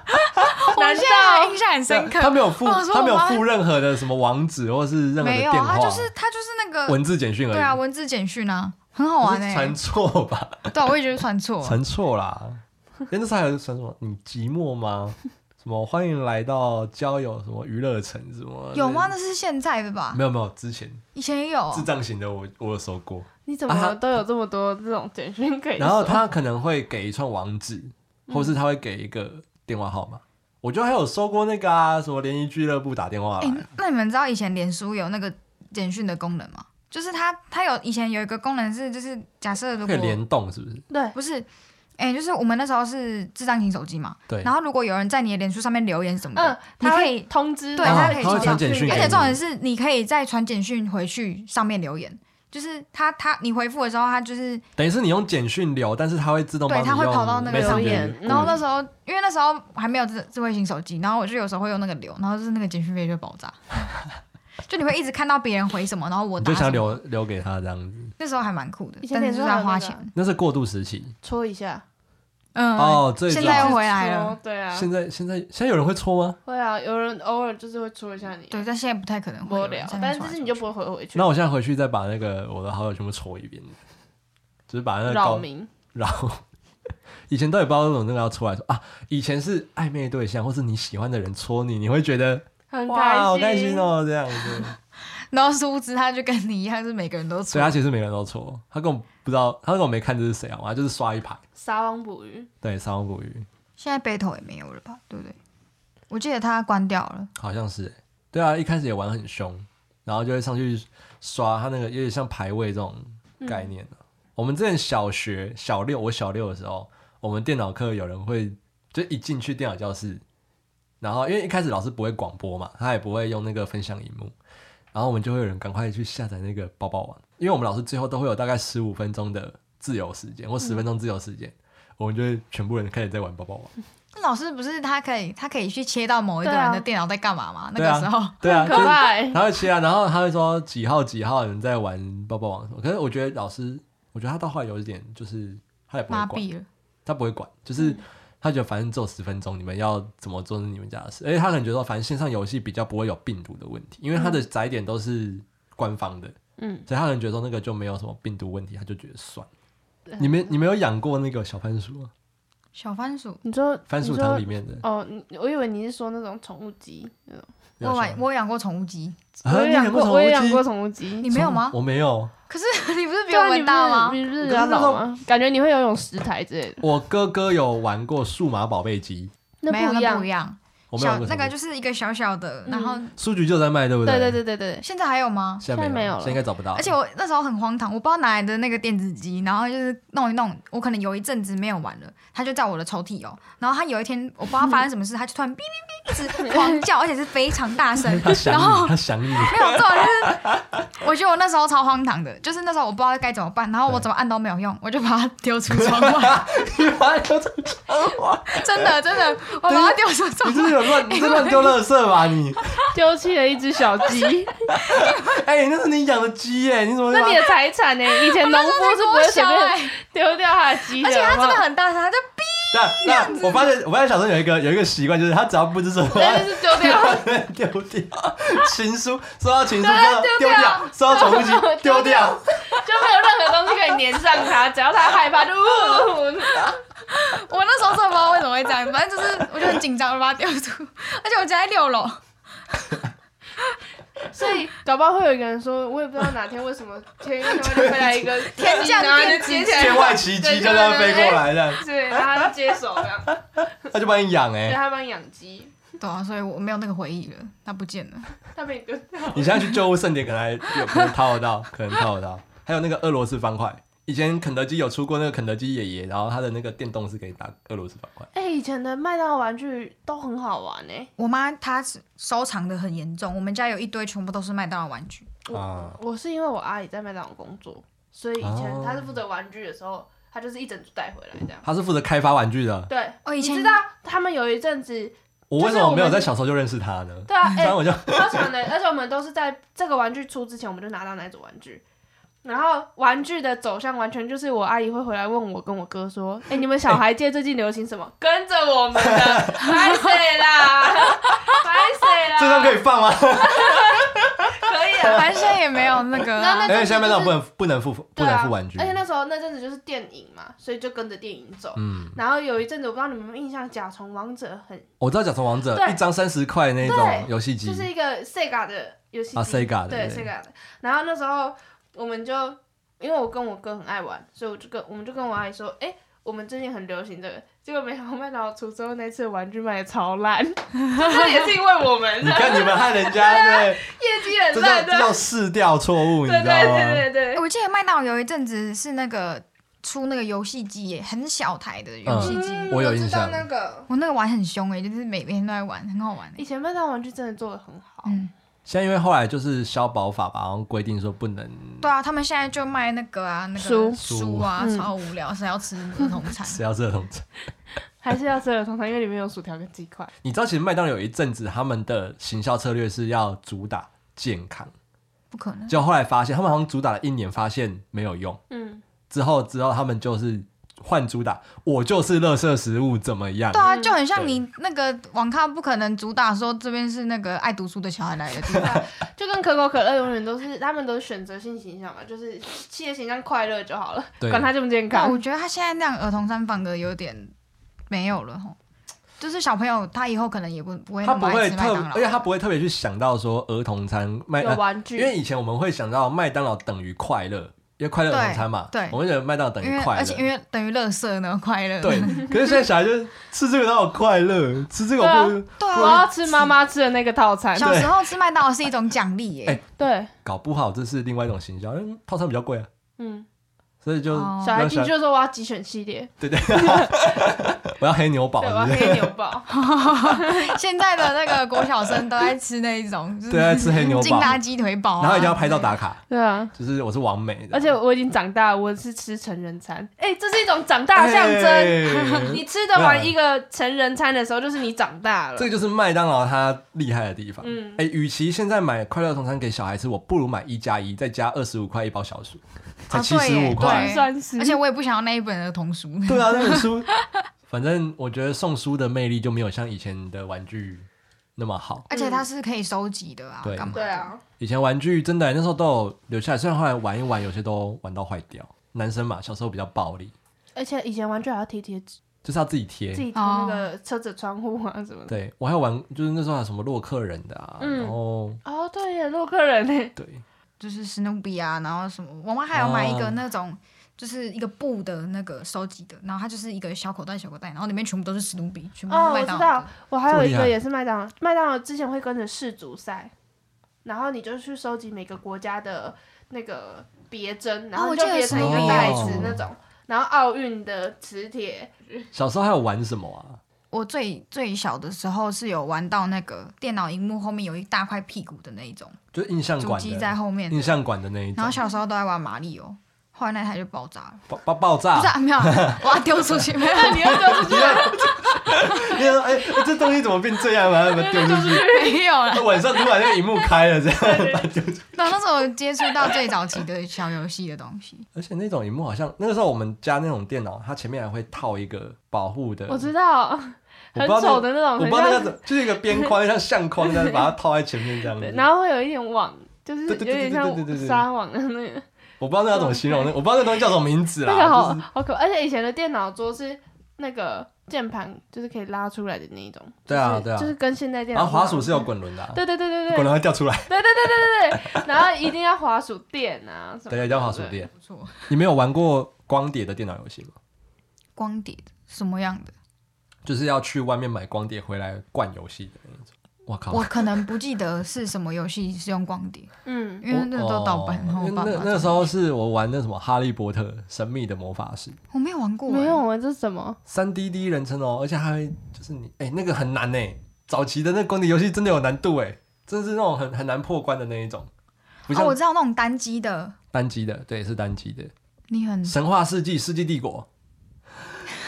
Speaker 1: 我
Speaker 3: 难
Speaker 1: 现在还
Speaker 3: 道
Speaker 1: 印象很深
Speaker 2: 他
Speaker 1: 刻。
Speaker 2: 没有附
Speaker 1: 我哦想说
Speaker 2: 他没有
Speaker 1: 我妈
Speaker 2: 附任何的什么网址或是任何的
Speaker 1: 没
Speaker 2: 电
Speaker 1: 有，啊
Speaker 2: 话，
Speaker 1: 他就是他就是那个
Speaker 2: 文字简讯而已。
Speaker 1: 对啊文字简讯啊，很好
Speaker 2: 不
Speaker 1: 玩
Speaker 2: 是
Speaker 1: 哎、
Speaker 2: 传错吧？
Speaker 1: 对啊、我也觉得传错了。
Speaker 2: 传错啦，那时候还有什么？你寂寞吗？ 什么欢迎来到交友什么娱乐城什么？
Speaker 1: 有吗？？那是现在的吧？
Speaker 2: 没有没有，之前
Speaker 1: 以前也有哦
Speaker 2: 智障型的我我有收过，
Speaker 3: 你怎么都有这么多这种简讯
Speaker 1: 哎
Speaker 3: 可以收？
Speaker 2: 啊然后他可能会给一串网址，
Speaker 1: 嗯
Speaker 2: 或是他会给一个电话号码。我就还有收过那个啊，什么联谊俱乐部打电话
Speaker 1: 哎、
Speaker 2: 来，
Speaker 1: 那你们知道以前脸书有那个简讯的功能吗？就是它，它有以前有一个功能是，就是假设如果
Speaker 2: 可以联动是不是？
Speaker 3: 对，
Speaker 1: 不是，哎、就是我们那时候是智障型手机嘛，
Speaker 2: 对，
Speaker 1: 然后如果有人在你的脸书上面留言什么的，
Speaker 3: 嗯，他
Speaker 1: 你可
Speaker 3: 会
Speaker 1: 以
Speaker 3: 通知，
Speaker 1: 对
Speaker 3: 然后
Speaker 2: 哦
Speaker 1: 他可以
Speaker 3: 收
Speaker 1: 传
Speaker 3: 到
Speaker 2: 简讯
Speaker 1: 而
Speaker 2: 给
Speaker 1: 且
Speaker 2: 你
Speaker 1: 重点是你可以再传简讯回去上面留言，就是他他你回复的时候，他就是
Speaker 2: 等于是你用简讯留，但是它会自动
Speaker 1: 对
Speaker 2: 帮你
Speaker 1: 它会
Speaker 2: 用
Speaker 1: 跑到那个
Speaker 2: Messenger 嗯
Speaker 3: 留言
Speaker 2: 过
Speaker 1: 然后
Speaker 2: 滤
Speaker 1: 那时候嗯因为那时候还没有智智慧型手机，然后我就有时候会用那个留，然后就是那个简讯费就会爆 炸，就你会一直看到别人回什么，然后我
Speaker 2: 你
Speaker 1: 打
Speaker 2: 就
Speaker 1: 什么
Speaker 2: 想留留给他这样子，
Speaker 1: 那时候还蛮酷的
Speaker 3: 以，前
Speaker 1: 但是就是
Speaker 3: 脸书还
Speaker 1: 要
Speaker 3: 有
Speaker 1: 花
Speaker 3: 那个
Speaker 1: 钱，
Speaker 2: 那是过渡时期
Speaker 3: 戳一下，
Speaker 1: 嗯，
Speaker 2: 哦。最
Speaker 1: 现
Speaker 2: 早
Speaker 1: 在又回来了
Speaker 3: 戳，对啊，
Speaker 2: 现在现在现在有人会戳吗？
Speaker 3: 会啊，有人偶尔就是会戳一下你，
Speaker 1: 对，但现在不太可能会
Speaker 3: 无
Speaker 1: 有
Speaker 3: 聊
Speaker 1: 人在，那
Speaker 3: 但
Speaker 1: 边
Speaker 3: 是
Speaker 1: 传
Speaker 3: 就是
Speaker 1: 来
Speaker 3: 你就
Speaker 1: 传去
Speaker 3: 不会回回去
Speaker 2: 那。我现在回去再把那个我的好友全部戳一遍，就是把那个
Speaker 3: 扰
Speaker 2: 高
Speaker 3: 民，
Speaker 2: 然后以前到底不知道为什么那个要戳来说啊，以前是暧昧对象或是你喜欢的人戳你，你会觉得
Speaker 3: 很
Speaker 2: 哇好
Speaker 3: 开
Speaker 2: 开心哦这样 子，
Speaker 1: 然后殊不知他就跟你一样，是每个人都
Speaker 2: 所
Speaker 1: 错
Speaker 2: 以他。其实每个人都戳，他根本不知道，他根本没看这是谁好吗？他就是刷一排，
Speaker 3: 撒网捕鱼，
Speaker 2: 对，三王捕鱼
Speaker 1: 现在 battle 也没有了吧，对不对？我记得他关掉了，
Speaker 2: 好像是、欸，对啊，一开始也玩很凶，然后就会上去刷他那个有点像排位这种概念、
Speaker 3: 嗯
Speaker 2: 啊我们之前小学小六，我小六的时候，我们电脑课有人会就一进去电脑教室，然后因为一开始老师不会广播嘛，他也不会用那个分享荧幕，然后我们就会有人赶快去下载那个抱抱网，因为我们老师最后都会有大概十五分钟的自由时间或十分钟自由时间、
Speaker 3: 嗯
Speaker 2: 我们就会全部人开始在玩抱 抱网。
Speaker 1: 那老师不是他可以，他可以去切到某一个
Speaker 3: 对啊
Speaker 1: 人的电脑在干嘛吗？那
Speaker 2: 对啊
Speaker 1: 个时候，
Speaker 2: 对啊，
Speaker 3: 很可怕欸
Speaker 2: 就是他会切啊，然后他会说几号几号有人在玩抱抱网什么。可是我觉得老师，我觉得他到后来有一点就是他也不会
Speaker 1: 麻
Speaker 2: 管，
Speaker 1: 痹了，
Speaker 2: 他不会管，就是他觉得反正只有十分钟，你们要怎么做是你们家的事。而且他可能觉得反正线上游戏比较不会有病毒的问题，因为他的载点都是官方的，
Speaker 3: 嗯，
Speaker 2: 所以他可能觉得说那个就没有什么病毒问题，他就觉得算。你们你们有养过那个小番薯吗？
Speaker 1: 小番薯。
Speaker 3: 你说
Speaker 2: 番薯
Speaker 3: 你
Speaker 2: 汤
Speaker 3: 说
Speaker 2: 里面的，
Speaker 3: 哦，你我以为你是说那种宠物鸡那种，
Speaker 1: 我
Speaker 2: 有
Speaker 1: 有
Speaker 2: 小
Speaker 1: 玩，我有养过宠物鸡，
Speaker 2: 啊
Speaker 3: 我也
Speaker 2: 你
Speaker 3: 养
Speaker 2: 过
Speaker 3: 过，
Speaker 2: 宠
Speaker 3: 我
Speaker 2: 物
Speaker 3: 也养
Speaker 2: 鸡
Speaker 3: 过宠物鸡。
Speaker 1: 你没有吗？
Speaker 2: 我 没有，
Speaker 1: 可是 你不是比
Speaker 3: 对啊
Speaker 1: 我闻到吗？
Speaker 3: 你不是你
Speaker 2: 可
Speaker 3: 不是比较
Speaker 2: 是那时
Speaker 3: 老
Speaker 2: 候
Speaker 3: 吗？感觉你会游泳十台之类的，
Speaker 2: 我哥哥有玩过数码宝贝机。
Speaker 3: 那
Speaker 1: 没有，
Speaker 3: 不一
Speaker 1: 那
Speaker 3: 样
Speaker 1: 不一。样。
Speaker 2: 我没有
Speaker 1: 小
Speaker 2: 玩过
Speaker 1: 那个
Speaker 2: 手机
Speaker 1: 就是一个小小的，
Speaker 3: 嗯
Speaker 1: 然后
Speaker 2: 书局就有在卖，对不
Speaker 3: 对
Speaker 2: 对
Speaker 3: 对对对对，
Speaker 1: 现在还有吗？
Speaker 2: 现
Speaker 3: 现在
Speaker 2: 没
Speaker 3: 没有
Speaker 2: 现在应该找不到。。
Speaker 1: 而且我那时候很荒唐，我不知道哪来的那个电子机，然后就是弄一弄，我可能有一阵子没有玩了，它就在我的抽屉哦。然后它有一天，我不知道发生什么事，它就突然哔哔哔一直狂叫，而且是非常大声
Speaker 2: 他想
Speaker 1: 然后
Speaker 2: 你，他想你，
Speaker 1: 没有错，就是我觉得我那时候超荒唐的，就是那时候我不知道该怎么办，然后我怎么按都没有用，我就把它丢出窗外，
Speaker 2: 你把它丢出去，
Speaker 1: 真的真的，我把它丢出窗
Speaker 2: 啊你是不是
Speaker 1: 外。
Speaker 2: 有乱，你是乱丢垃圾吧你？
Speaker 3: 丢弃了一只小 鸡，
Speaker 2: 哎，那是你养的鸡耶，你怎么会
Speaker 3: 那
Speaker 2: 把
Speaker 3: 你的财产呢？以前农
Speaker 1: 那时
Speaker 3: 夫
Speaker 1: 候才
Speaker 3: 是不会
Speaker 1: 国
Speaker 3: 随
Speaker 1: 小
Speaker 3: 便
Speaker 1: 哎，
Speaker 3: 丢掉他的鸡的，
Speaker 1: 而且它真的
Speaker 3: 好不好
Speaker 1: 很大声，它就哔，
Speaker 2: 那那我发现，我发现小时候有一个有一个习惯，就是他只要不知所措，
Speaker 3: 但是是丢 掉。
Speaker 2: 他 丢掉情书，收到情书
Speaker 3: 对
Speaker 2: 就
Speaker 3: 丢
Speaker 2: 丢
Speaker 3: 掉
Speaker 2: 掉，收到宠物鸡丢掉
Speaker 3: 丢掉。就没有任何东西可以粘上它，只要它害怕就呜。
Speaker 1: 我那时候真的不知道为什么会这样，反正就是我就很紧张，我就把它丢出，而且我家在六楼。
Speaker 3: 所以搞不好会有一个人说，我也不知道哪天为什么天上会飞来一个
Speaker 1: 天降
Speaker 3: 然后就
Speaker 1: 电
Speaker 3: 接
Speaker 1: 击
Speaker 3: 起来，
Speaker 2: 天外奇迹就这样飞过来的，
Speaker 3: 对，对，然后它就接手这样，
Speaker 2: 哎他就帮你养
Speaker 3: 对，
Speaker 2: 哎。
Speaker 3: 它帮你养鸡，
Speaker 1: 对啊，所以我没有那个回忆了，它不见了。
Speaker 3: 它被你丢掉。
Speaker 2: 你现在去旧物盛典，可能还有可能套得到，可能套得到。还有那个俄罗斯方块，以前肯德基有出过那个肯德基爷爷，然后他的那个电动是可以打俄罗斯方块。
Speaker 3: 哎、以前的麦当劳玩具都很好玩哎、
Speaker 1: 我妈她是收藏的很严重，我们家有一堆全部都是麦当劳玩具。
Speaker 3: 我、
Speaker 2: 啊
Speaker 3: 我是因为我阿姨在麦当劳工作，所以以前
Speaker 2: 哦
Speaker 3: 她是负责玩具的时候，她就是一整组带回来这样。
Speaker 2: 他是负责开发玩具的，
Speaker 3: 对，
Speaker 1: 哦，以
Speaker 3: 你
Speaker 1: 前
Speaker 3: 知道他们有一阵子，
Speaker 2: 我为什么没有在小时候就认识他呢？
Speaker 3: 对啊，
Speaker 2: 不
Speaker 3: 哎、
Speaker 2: 然我就
Speaker 3: 超强的，而且我们都是在这个玩具出之前，我们就拿到那一组玩具。然后玩具的走向完全就是我阿姨会回来问我跟我哥说：“哎、你们小孩界最近流行什么？跟着我们的，拍谁啦？拍谁啦？
Speaker 2: 啊这段可以放吗？
Speaker 3: 可以啊
Speaker 1: 男生也没有那个
Speaker 3: 那
Speaker 1: 啊、
Speaker 3: 那
Speaker 2: 因为哎下面那种
Speaker 3: 就是
Speaker 2: 不能不能付不
Speaker 3: 对
Speaker 2: 能
Speaker 3: 啊
Speaker 2: 付玩具，
Speaker 3: 而且那时候那阵子就是电影嘛，所以就跟着电影走。
Speaker 2: 嗯，
Speaker 3: 然后有一阵子，我不知道你们有没有印象，《甲虫王者很》
Speaker 2: 我知道《甲虫王者
Speaker 3: 对》
Speaker 2: 一张三十块那种
Speaker 3: 对
Speaker 2: 游戏机
Speaker 3: 就，是一个 Sega 的游戏机
Speaker 2: 啊，Sega 的
Speaker 3: 对
Speaker 2: 对
Speaker 3: Sega 的。然后那时候我们就因为我跟我哥很爱玩，所以我就跟我们就跟我阿姨说，哎、我们最近很流行这个。结果没想到麦当劳出之后，那次玩具卖的 超烂，这也是因为我们
Speaker 2: 你
Speaker 3: 的
Speaker 2: 看你们害人家对，
Speaker 3: 业绩很
Speaker 2: 这叫
Speaker 3: 烂
Speaker 2: 这叫
Speaker 3: 的。
Speaker 2: 试调错误，你
Speaker 3: 啊对对
Speaker 2: 知道吗？
Speaker 3: 对对对
Speaker 1: 我记得麦当劳有一阵子是那个出那个游戏机耶，很小台的游戏机。
Speaker 3: 嗯
Speaker 2: 我有
Speaker 3: 知
Speaker 2: 印
Speaker 3: 道
Speaker 2: 象
Speaker 3: 那个
Speaker 1: 我那个玩很凶哎，就是每每天都在玩，很好玩
Speaker 3: 以
Speaker 1: 哎。
Speaker 3: 前麦当劳玩具真的做的很好，
Speaker 1: 嗯，
Speaker 2: 现在因为后来就是消保法吧，好像规定说不能
Speaker 1: 对啊，他们现在就卖那个啊，那个
Speaker 3: 书嗯
Speaker 1: 书啊，
Speaker 3: 书
Speaker 1: 超无聊，谁要吃儿童 餐？
Speaker 2: 吃到这种程度。
Speaker 3: 还是要吃儿童餐，因为里面有薯条跟鸡块。
Speaker 2: 你知道，其实麦当劳有一阵子他们的行销策略是要主打健康，
Speaker 1: 不可能，
Speaker 2: 就后来发现他们好像主打了一年，发现没有用，
Speaker 3: 嗯，
Speaker 2: 之后之后他们就是换主打，我就是垃圾食物怎么样
Speaker 1: 对？啊，
Speaker 3: 嗯
Speaker 1: 就很像你那个网咖不可能主打说这边是那个爱读书的小孩来的地方，
Speaker 3: 就跟可口可乐永远都是他们都是选择性形象嘛，就是企业形象快乐就好了，
Speaker 2: 对
Speaker 3: 管它健不健
Speaker 1: 但
Speaker 3: 康
Speaker 1: 我。觉得他现在那样儿童餐反而有点没有了吼。就是小朋友他以后可能也不不会
Speaker 2: 他
Speaker 1: 那
Speaker 2: 不
Speaker 1: 么
Speaker 2: 会
Speaker 1: 爱吃麦
Speaker 2: 特，
Speaker 1: 当劳，啊
Speaker 2: 而且他不会特别去想到说儿童餐麦，
Speaker 3: 有
Speaker 2: 呃
Speaker 3: 玩具，
Speaker 2: 因为以前我们会想到麦当劳等于快乐，因为快乐儿童餐嘛，
Speaker 1: 对对
Speaker 2: 我们觉得麦当劳等
Speaker 1: 因为
Speaker 2: 于快
Speaker 1: 而且因
Speaker 2: 乐。
Speaker 1: 为等于乐色呢，快乐
Speaker 2: 对，可是现在小孩就是吃这个哪有快乐，吃这个
Speaker 3: 对啊
Speaker 2: 我不
Speaker 1: 对
Speaker 3: 我
Speaker 1: 啊，
Speaker 3: 要吃妈妈吃的那个套餐。
Speaker 1: 小时候吃麦当劳是一种奖励耶，
Speaker 2: 哎
Speaker 3: 对，
Speaker 2: 搞不好这是另外一种行销，因为套餐比较贵啊，
Speaker 3: 嗯，
Speaker 2: 所以就
Speaker 1: 哦
Speaker 3: 小孩
Speaker 2: 让
Speaker 3: 进去就说我要集选系列，
Speaker 2: 我要黑牛堡，
Speaker 3: 哦对，我要
Speaker 2: 是不是
Speaker 3: 黑牛堡。
Speaker 1: 现在的那个国小生都在吃那一种，就
Speaker 2: 对，爱
Speaker 1: 是
Speaker 2: 吃黑牛
Speaker 1: 劲
Speaker 2: 堡，
Speaker 1: 辣鸡腿堡、啊，
Speaker 2: 然后一定要拍照打卡，
Speaker 3: 对啊，
Speaker 2: 就是我是完美的，
Speaker 3: 而且我已经长大了，我是吃成人餐。 哎，这是一种长大
Speaker 2: 大
Speaker 3: 的象征。
Speaker 2: 征
Speaker 3: 你吃得完一个成人餐的时候，就是你长大了
Speaker 2: 这。个就是麦当劳它厉害的地方。
Speaker 3: 嗯
Speaker 2: 哎、与其现在买快乐童餐给小孩吃，我不如买一加一，再加二十五块一包小薯，才
Speaker 3: 啊
Speaker 1: 哦
Speaker 2: 七
Speaker 1: 对
Speaker 2: 十
Speaker 1: 耶
Speaker 2: 五块
Speaker 1: 对。
Speaker 3: 算是，
Speaker 1: 而且我也不想要那一本儿童书。
Speaker 2: 对啊，那本 书，反正我觉得送书的魅力就没有像以前的玩具那么好。
Speaker 1: 而且它是可以收集的啊，
Speaker 2: 对
Speaker 1: 干嘛？
Speaker 3: 对，啊，
Speaker 2: 以前玩具真的那时候都有留下来，虽然后来玩一玩，有些都玩到坏掉。男生嘛，小时候比较暴力，
Speaker 3: 而且以前玩具还要贴贴纸，
Speaker 2: 就是要自己贴
Speaker 3: 自。己贴
Speaker 1: 哦
Speaker 3: 那个车子窗户啊什么的。
Speaker 2: 对我还有玩，就是那时候还有什么洛克人的啊，
Speaker 3: 嗯
Speaker 2: 然后
Speaker 3: 哦，对耶，洛克人呢？
Speaker 2: 对，
Speaker 1: 就是史努比啊，然后什么，我妈还有买一
Speaker 2: 哦
Speaker 1: 个那种。就是一个布的那个收集的，然后它就是一个小口袋小口袋，然后里面全部都是史努比，全部都是
Speaker 3: 哦我
Speaker 1: 嗯麦
Speaker 3: 知
Speaker 1: 当
Speaker 3: 道
Speaker 1: 劳的。
Speaker 3: 我还有
Speaker 2: 这
Speaker 3: 一
Speaker 2: 么厉害
Speaker 3: 个也是麦当劳，麦当劳之前会跟着世足赛，然后你就去收集每个国家的那个别针，然
Speaker 1: 哦
Speaker 3: 后
Speaker 1: 我
Speaker 3: 你就
Speaker 1: 记得
Speaker 3: 别成
Speaker 2: 是
Speaker 3: 一
Speaker 2: 有
Speaker 3: 个袋
Speaker 2: 哦
Speaker 3: 子那种，然后奥运的磁铁，
Speaker 2: 小时候还有玩什么啊？
Speaker 1: 我最最小的时候是有玩到那个电脑荧幕后面有一大块屁股的那一种，
Speaker 2: 就是印象
Speaker 1: 主
Speaker 2: 馆
Speaker 1: 机
Speaker 2: 的
Speaker 1: 在后面的，
Speaker 3: 嗯
Speaker 2: 印象馆的那一种
Speaker 1: 然后，小时候都在玩马里奥，后来那台就爆炸了，
Speaker 2: 爆爆爆炸
Speaker 1: 不是、， 啊、没有啊， 我要丢出去，没有，
Speaker 3: 你要丢出去，
Speaker 2: 你说哎、这东西怎么变这样了？把它丢出 去。
Speaker 1: 没有啦。
Speaker 2: 晚上突然那个荧幕开了，这样。
Speaker 1: 那那时候我接触到最早期的小游戏的东西，
Speaker 2: 而且那种荧幕好像那个时候我们家那种电脑，它前面还会套一个保护的，
Speaker 3: 我知道，
Speaker 2: 嗯我
Speaker 3: 很
Speaker 2: 不知道那
Speaker 3: 丑的那
Speaker 2: 我
Speaker 3: 种，
Speaker 2: 不
Speaker 3: 很
Speaker 2: 知道那
Speaker 3: 像
Speaker 2: 个怎就是一个边框，像相框这 样把它套在前面这样
Speaker 3: 对，
Speaker 2: 子。
Speaker 3: 然后会有一点网，就是
Speaker 2: 对
Speaker 3: 有
Speaker 2: 对对
Speaker 3: 点
Speaker 2: 对对对对
Speaker 3: 像
Speaker 2: 对
Speaker 3: 纱网啊的那个，
Speaker 2: 我不知道那要怎么形容，那我不知道那东西叫什么名字
Speaker 3: 那个好
Speaker 2: 啦。
Speaker 3: 好可，而且以前的电脑桌是那个键盘，就是可以拉出来的那一种，
Speaker 2: 对啊
Speaker 3: 就是
Speaker 2: 对啊
Speaker 3: 就是跟现在
Speaker 2: 就是
Speaker 3: 电
Speaker 2: 然
Speaker 3: 脑
Speaker 2: 后
Speaker 3: 不一样
Speaker 2: 滑鼠是有。滚轮的啊，
Speaker 3: 对对对对对，
Speaker 2: 滚轮会掉出来。
Speaker 3: 对对对对对对，然后一定要滑鼠垫啊什么的。
Speaker 2: 对，叫滑鼠
Speaker 3: 对。
Speaker 2: 垫。
Speaker 1: 不错。
Speaker 2: 你没有玩过光碟的电脑游戏吗？
Speaker 1: 光碟的什么样的？
Speaker 2: 就是要去外面买光碟回来灌游戏的那种。我靠！
Speaker 1: 我可能不记得是什么游戏是用光 碟，
Speaker 3: 嗯，
Speaker 1: 因为那都盗版，啊然后
Speaker 2: 哦
Speaker 1: 我
Speaker 2: 因
Speaker 1: 爸
Speaker 2: 为
Speaker 1: 爸
Speaker 2: 那那时候是我玩那什么《哈利波特：神秘的魔法师》
Speaker 1: 我没有玩过、
Speaker 3: 没有
Speaker 1: 欸
Speaker 3: 啊，这是什么？
Speaker 2: 三 D 第一人称哦，而且还会就是你哎、那个很难呢。早期的那光碟游戏真的有难度哎，真是那种很很难破关的那一种，不
Speaker 1: 哦，我
Speaker 2: 像
Speaker 1: 知道那种单机的，
Speaker 2: 单机的，对，是单机的。
Speaker 1: 你很
Speaker 2: 神话世纪、世纪 帝国，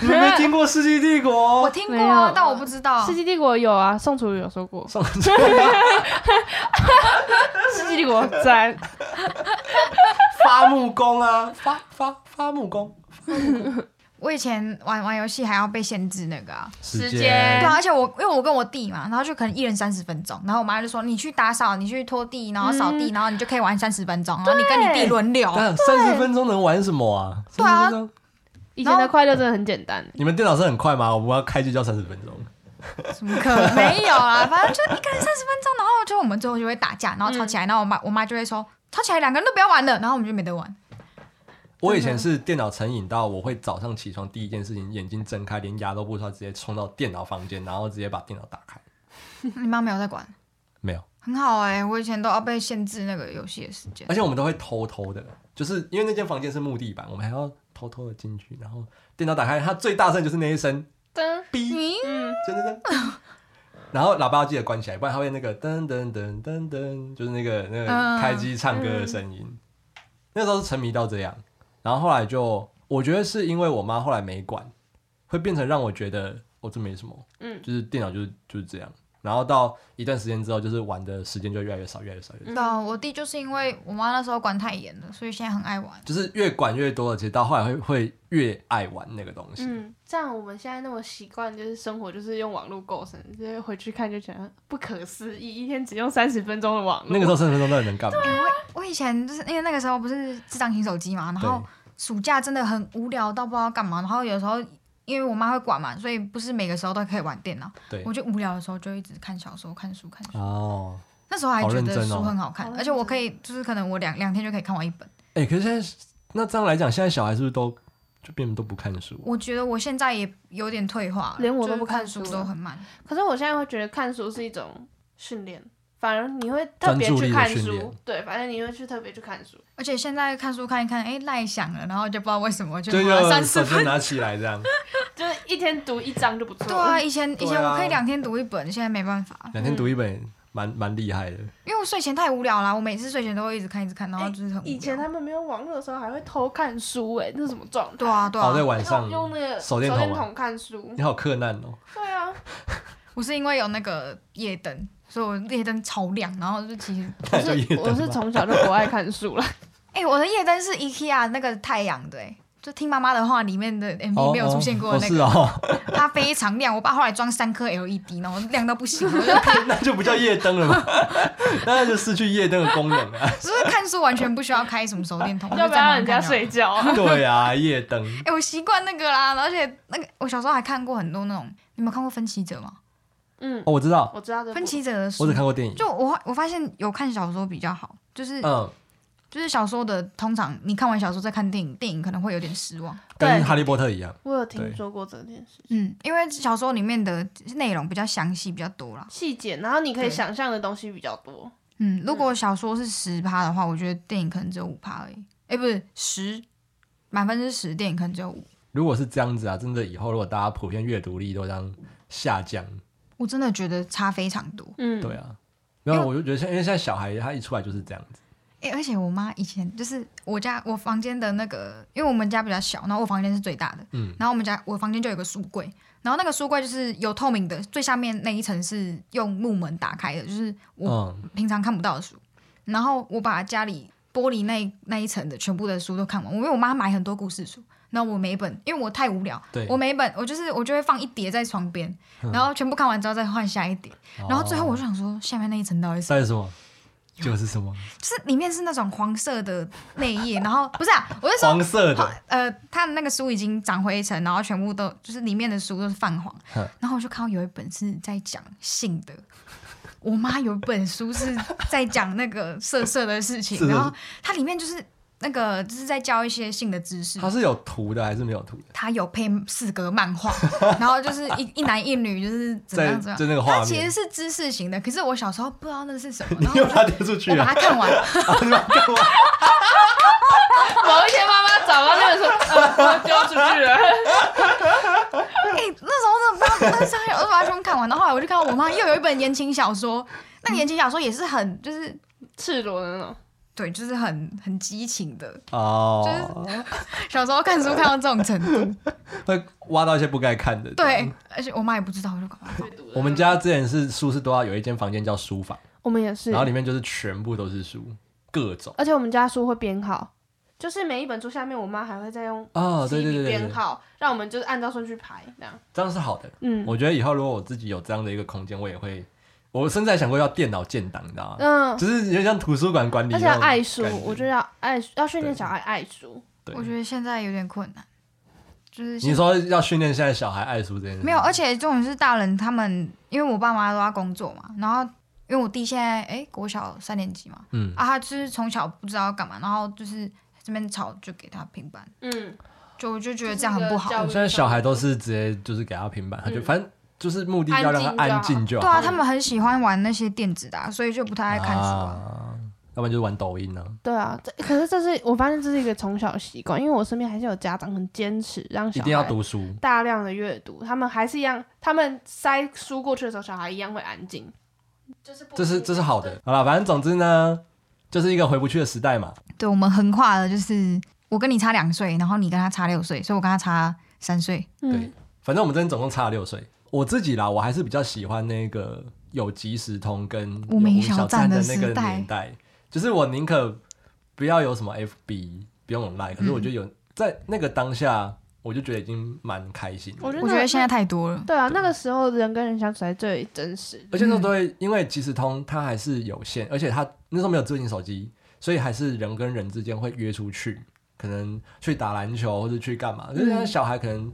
Speaker 2: 你们没听过世纪帝
Speaker 1: 我
Speaker 2: 国？，
Speaker 1: 听过
Speaker 3: 没
Speaker 1: 啊
Speaker 3: 有，
Speaker 1: 但我不知道
Speaker 3: 世。纪帝国有啊，宋楚瑜有说过
Speaker 2: 上次
Speaker 3: 世纪帝国 在
Speaker 2: 发木工啊，发发发木工，
Speaker 1: 我以前玩玩游戏还要被限制那个啊，
Speaker 3: 时
Speaker 2: 时
Speaker 3: 间
Speaker 1: 对啊，而且我因为我跟我弟嘛，然后就可能一人三十分钟，然后我妈就说你去打扫，你去拖地，然后扫
Speaker 3: 嗯
Speaker 1: 地，然后你就可以玩三十分钟，然后你跟你弟轮流。
Speaker 2: 但三十分钟能玩什么啊？
Speaker 1: 对啊
Speaker 2: 30分钟，
Speaker 3: 以前的快乐真的很简单，
Speaker 2: 你们电脑是很快吗？我们要开就叫三十分钟。
Speaker 1: 怎么 可能没有啦？反正就一个人三十分钟，然后就我们最后就会打架，然后吵
Speaker 2: 嗯
Speaker 1: 起来，然后我妈我妈就会说吵起来两个人都不要玩了，然后我们就没得玩。
Speaker 2: 我以前是电脑成瘾到，我会早上起床第一件事情，眼睛睁开，连牙都不刷，直接冲到电脑房间，然后直接把电脑打开。
Speaker 1: 你妈没有在管，
Speaker 2: 没有，
Speaker 1: 很好哎、我以前都要被限制那个游戏的时间。
Speaker 2: 而且我们都会偷偷的，就是因为那间房间是木地板，我们还要偷偷的进去，然后电脑打开，它最大声就是那一声
Speaker 3: 噔，
Speaker 2: “哔
Speaker 1: 咦，
Speaker 3: 嗯，”，
Speaker 2: 真的噔，然后喇叭要记得关起来，不然它会那个噔噔噔噔噔，就是那个那
Speaker 1: 嗯
Speaker 2: 个开机唱歌的声音。那时候是沉迷到这样，然后后来就我觉得是因为我妈后来没管，会变成让我觉得哦这没什么，
Speaker 3: 嗯
Speaker 2: 就是电脑就是就是这样。然后到一段时间之后，就是玩的时间就越来越少，越来越少，越来越少
Speaker 1: 对啊，我弟就是因为我妈那时候管太严了，所以现在很爱玩。
Speaker 2: 就是越管越多了。其实到后来会会越爱玩那个东西。
Speaker 3: 嗯，这样我们现在那么习惯，就是生活就是用网络构成，就是回去看就觉得不可思议，一天只用三十分钟的网络。
Speaker 2: 那个时候三十分钟到底能干嘛？
Speaker 1: 我以前就是因为那个时候不是智障型手机嘛，然后
Speaker 2: 对
Speaker 1: 暑假真的很无聊到不知道干嘛，然后有时候因为我妈会管嘛，所以不是每个时候都可以玩电脑。
Speaker 2: 对
Speaker 1: 我就无聊的时候就一直看小说、看书、看书。
Speaker 2: 哦，
Speaker 1: 那时候还觉
Speaker 2: 好认
Speaker 1: 得
Speaker 2: 真哦
Speaker 1: 书很好看，
Speaker 3: 好认真
Speaker 1: 而且我可以就是可能我两两天就可以看完一本。
Speaker 2: 哎、可是现在那这样来讲，现在小孩是不是都就变得都不看书？
Speaker 1: 我觉得我现在也有点退化了，
Speaker 3: 连我都
Speaker 1: 就是
Speaker 3: 不看
Speaker 1: 看书
Speaker 3: 书
Speaker 1: 都
Speaker 3: 了
Speaker 1: 很慢。
Speaker 3: 可是我现在会觉得看书是一种训练，反而你会特别
Speaker 2: 专注力
Speaker 3: 去
Speaker 2: 的
Speaker 3: 看
Speaker 2: 训
Speaker 3: 书
Speaker 2: 练，
Speaker 3: 对，反正你会去特别去看书。
Speaker 1: 而且现在看书看一看，哎、赖想了，然后就不知道为什么就
Speaker 2: 就
Speaker 1: 马上
Speaker 2: 要
Speaker 1: 是
Speaker 2: 手机拿起来这样，
Speaker 3: 就是一天读一章就不错
Speaker 1: 对
Speaker 3: 了。
Speaker 1: 啊，以前以
Speaker 2: 对
Speaker 1: 前
Speaker 2: 啊
Speaker 1: 我可以两天读一本，现在没办法，
Speaker 2: 两天读一本，蛮蛮厉害的。
Speaker 1: 因为我睡前太无聊了。我每次睡前都会一直看，一直看，然后就是很无聊。
Speaker 3: 以前他们没有网络的时候，还会偷看书、哎，这是什么状态？
Speaker 1: 对啊，对啊，
Speaker 2: 哦，在晚上
Speaker 3: 用那个
Speaker 2: 手
Speaker 3: 电
Speaker 2: 电筒啊
Speaker 3: 看书
Speaker 2: 你。好柯南哦，
Speaker 3: 对啊，
Speaker 1: 我是因为有那个夜灯，所以我夜灯超亮，然后就其实，
Speaker 3: 我
Speaker 2: 看就夜
Speaker 3: 是我是
Speaker 2: 灯吧。
Speaker 3: 从小就不爱看书了。
Speaker 1: 哎、我的夜灯是 IKEA 那个太阳的、哎，就听妈妈的话里面的 MV
Speaker 2: 哦
Speaker 1: 没有出现过
Speaker 2: 哦
Speaker 1: 的
Speaker 2: 哦
Speaker 1: 那
Speaker 2: 是
Speaker 1: 个，
Speaker 2: 哦，
Speaker 1: 它非常亮。我爸后来装三颗 LED，然后亮到不行，我就
Speaker 2: 那就不叫夜灯了嘛，那就失去夜灯的功能啊了。
Speaker 1: 就是看书完全不需要开什么手电筒，
Speaker 3: 要不
Speaker 1: 不
Speaker 3: 要让人家睡？觉啊？
Speaker 2: 对啊，夜灯
Speaker 1: 哎、我习惯那个啦，而且那个我小时候还看过很多那种，你们看过《分歧者》吗？
Speaker 3: 嗯，
Speaker 2: 哦，我知道，
Speaker 3: 我知道这
Speaker 1: 《
Speaker 3: 部
Speaker 1: 分歧者》的
Speaker 2: 我
Speaker 1: 书
Speaker 2: 只，看过电影。
Speaker 1: 就我我发现有看小说比较好，就是、
Speaker 2: 嗯，
Speaker 1: 就是小说的，通常你看完小说再看电影，电影可能会有点失望。
Speaker 2: 跟
Speaker 3: 对
Speaker 2: 哈利波特一样。
Speaker 3: 我有听说过这件事，
Speaker 1: 嗯，因为小说里面的内容比较详细，比较多啦。
Speaker 3: 细节，然后你可以
Speaker 1: 对
Speaker 3: 想象的东西比较多。
Speaker 1: 嗯，如果小说是十趴的话，我觉得电影可能只有五趴而已。哎、不是十，满分是十，电影可能只有五。
Speaker 2: 如果是这样子啊，真的以后如果大家普遍阅读力都这样下降，
Speaker 1: 我真的觉得差非常多。
Speaker 3: 嗯，
Speaker 2: 对啊，没有，我就觉得现因为现在小孩他一出来就是这样子，
Speaker 1: 哎、而且我妈以前就是我家我房间的那个，因为我们家比较小，然后我房间是最大的，
Speaker 2: 嗯，
Speaker 1: 然后我们家我房间就有个书柜，然后那个书柜就是有透明的，最下面那一层是用木门打开的，就是我
Speaker 2: 嗯，
Speaker 1: 平常看不到的书。然后我把家里玻璃那一那一层的全部的书都看完，因为我妈买很多故事书，然后我每一本，因为我太无聊，
Speaker 2: 对，嗯
Speaker 1: 我每一本我就是我就会放一叠在床边，然后全部看完之后再换下一叠，
Speaker 2: 哦
Speaker 1: 然后最后我就想说下面那一层到底是什么？
Speaker 2: 到底是什么？就是什 么
Speaker 1: 就是里面是那种黄色的内页，然后不是啊，我是说
Speaker 2: 黄色
Speaker 1: 好
Speaker 2: 的，
Speaker 1: 呃，他的那个书已经长灰尘，然后全部都就是里面的书都是泛黄
Speaker 2: 哼。
Speaker 1: 然后我就看到有一本是在讲性的，我妈有一本书是在讲那个色色的事情，
Speaker 2: 是
Speaker 1: 然后它里面就是那个就是在教一些性的知识
Speaker 2: 它。是有图的还是没有图的？
Speaker 1: 它有配四格漫画， 然后就是一一男一女，就是怎么
Speaker 2: 在
Speaker 1: 样怎么
Speaker 2: 就
Speaker 1: 样。
Speaker 2: 那个
Speaker 1: 它
Speaker 2: 画
Speaker 1: 其实
Speaker 2: 面，
Speaker 1: 是知识型的，可是我小时候不知道那是什么，
Speaker 2: 你
Speaker 1: 然后
Speaker 2: 又
Speaker 1: 我
Speaker 2: 把它丢出去
Speaker 1: 我把
Speaker 2: 啊
Speaker 1: 它？看完，
Speaker 3: 某一天妈妈找到那个说，呃，丢出去了。
Speaker 1: 哎、那时候真的不知道，那时候我就把它全部看完，然后后来我就看到我妈又有一本言情小说，
Speaker 2: 嗯
Speaker 1: 那个言情小说也是很就是
Speaker 3: 赤裸的那种，
Speaker 1: 对，就是很很激情的，
Speaker 2: 哦，
Speaker 1: 小时候看书看到这种程 度，
Speaker 2: 会挖到一些不该看的。
Speaker 1: 对，，而且我妈也不知道，我就搞
Speaker 2: 我们家之前是书是都要有一间房间叫书房，
Speaker 3: 我们也是
Speaker 2: 然，后里面就是全部都是书，各种。
Speaker 3: 而且我们家书会编号，就是每一本书下面，我妈还会再用
Speaker 2: 啊，
Speaker 3: 记
Speaker 2: 对
Speaker 3: 忆
Speaker 2: 对对对
Speaker 3: 编
Speaker 2: 对，
Speaker 3: 号，让我们就是按照顺序排这样。
Speaker 2: 这样是好的。
Speaker 3: 嗯
Speaker 2: 我觉得以后如果我自己有这样的一个空间，我也会，我甚至还想过要电脑建档，你知道吗？
Speaker 3: 嗯，
Speaker 2: 就是有点像图书馆管理那
Speaker 3: 而且
Speaker 2: 种感
Speaker 3: 要
Speaker 2: 觉，
Speaker 3: 爱书，我觉得要爱要训练
Speaker 2: 对
Speaker 3: 小孩爱书。
Speaker 2: 对
Speaker 1: 我觉得现在有点困难，就是现
Speaker 2: 你说嗯要训练现在小孩爱书这件事，
Speaker 1: 没有，而且重点是大人他们，因为我爸妈都要工作嘛，然后因为我弟现在哎国小三年级嘛，
Speaker 2: 嗯，
Speaker 1: 啊，他就是从小不知道要干嘛，然后就是这边吵就给他平板，
Speaker 3: 嗯，
Speaker 1: 就我就觉得这样很不好
Speaker 3: 这。是一个教育
Speaker 2: 嗯现在小孩都是直接就是给他平板，他就
Speaker 3: 嗯
Speaker 2: 反正就是目的要让他安
Speaker 3: 安
Speaker 2: 静
Speaker 3: 静
Speaker 2: 就
Speaker 1: 对
Speaker 2: 好，
Speaker 1: 啊，他们很喜欢玩那些电子的、啊，所以就不太爱看书啊。
Speaker 2: 啊，要不然就是玩抖音呢、
Speaker 3: 对啊，这可是这是我发现这是一个从小习惯，因为我身边还是有家长很坚持让
Speaker 2: 一
Speaker 3: 小
Speaker 2: 定要
Speaker 3: 孩
Speaker 2: 读书，
Speaker 3: 大量的阅读，他们还是一样，他们塞书过去的时候，小孩一样会安静。就是
Speaker 2: 这是这是好的。好了，反正总之呢，就是一个回不去的时代嘛。
Speaker 1: 对，我们横跨了，就是我跟你差两岁，然后你跟他差六岁，所以我跟他差三岁。
Speaker 3: 嗯
Speaker 2: 对，反正我们这边总共差了六岁。我自己啦，我还是比较喜欢那个有即时通跟
Speaker 1: 无名
Speaker 2: 有
Speaker 1: 小
Speaker 2: 站
Speaker 1: 站
Speaker 2: 的
Speaker 1: 的
Speaker 2: 那个
Speaker 1: 时代
Speaker 2: 年代，就是我宁可不要有什么 FB，不用有 Line，可是我
Speaker 1: 嗯
Speaker 2: 觉得有、在那个当下，我就觉得已经蛮开心的。
Speaker 3: 我觉得
Speaker 1: 我觉得现在太多了。
Speaker 3: 对啊，那个时候人跟人相处才最真实。
Speaker 2: 而且那时候都会，因为即时通它还是有限，而且它那时候没有智能手机，所以还是人跟人之间会约出去，可能去打篮球或者去干嘛。就是现在小孩可能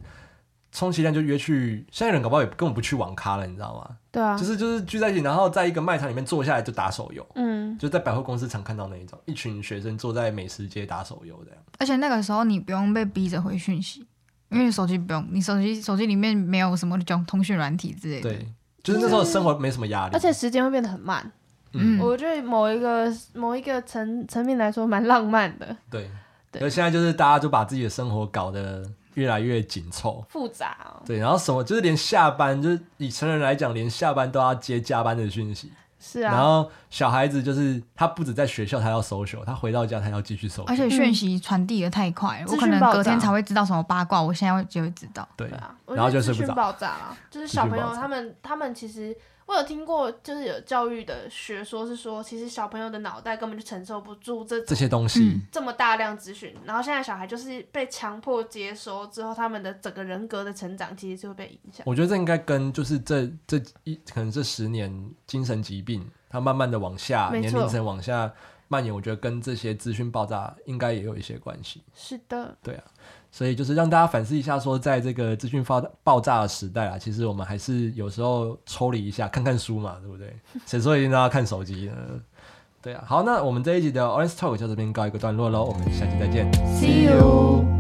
Speaker 2: 充其量就约去，现在人搞不好也根本不去网咖了，你知道吗？
Speaker 3: 对啊
Speaker 2: 就，是就是聚在一起，然后在一个卖场里面坐下来就打手游，
Speaker 3: 嗯，
Speaker 2: 就在百货公司常看到那一种，一群学生坐在美食街打手游这样。
Speaker 1: 而且那个时候你不用被逼着回讯息，因为你手机不用，你手机手机里面没有什么种通讯软体之类的。
Speaker 2: 对，就是那时候生活没什么压力，
Speaker 3: 而且时间会变得很慢。
Speaker 2: 嗯
Speaker 1: 嗯，
Speaker 3: 我觉得某一个某一个层层面来说，蛮浪漫的，
Speaker 2: 对，
Speaker 3: 对
Speaker 2: 而现在就是大家就把自己的生活搞得越来越紧凑。
Speaker 3: 复杂、哦。
Speaker 2: 对，然后什么就是连下班，就是以成人来讲，连下班都要接加班的讯息。
Speaker 3: 是
Speaker 2: 然
Speaker 3: 啊，
Speaker 2: 后小孩子就是他不止在学校他要 social，他回到家他要继续 social。
Speaker 1: 而且讯息传递的太快了，
Speaker 3: 嗯
Speaker 1: 我可能隔天
Speaker 3: 资讯爆炸
Speaker 1: 才会知道什么八卦，我现在就会知道。
Speaker 2: 对
Speaker 3: 对，啊，
Speaker 2: 然后就睡不
Speaker 3: 是
Speaker 2: 着
Speaker 3: 爆炸了。就是
Speaker 2: 资
Speaker 3: 小
Speaker 2: 讯
Speaker 3: 朋
Speaker 2: 爆
Speaker 3: 友
Speaker 2: 炸
Speaker 3: 他们他们其实。我有听过，就是有教育的学说是说，其实小朋友的脑袋根本就承受不住这
Speaker 2: 这些东西
Speaker 1: 嗯，
Speaker 3: 这么大量资讯，然后现在小孩就是被强迫接收之后，他们的整个人格的成长其实就会被影响。
Speaker 2: 我觉得这应该跟就是这这一可能这十年精神疾病它慢慢的往下
Speaker 3: 没
Speaker 2: 年
Speaker 3: 错
Speaker 2: 龄层往下蔓延，我觉得跟这些资讯爆炸应该也有一些关系。
Speaker 3: 是的，
Speaker 2: 所以就是让大家反思一下，说在这个资讯发爆炸的时代啊，其实我们还是有时候抽离一下，看看书嘛，对不对？谁说一定都要看手机呃呢？对啊，好，那我们这一集的 Orange Talk 就这边告一个段落喽，我们下期再见。
Speaker 1: See you。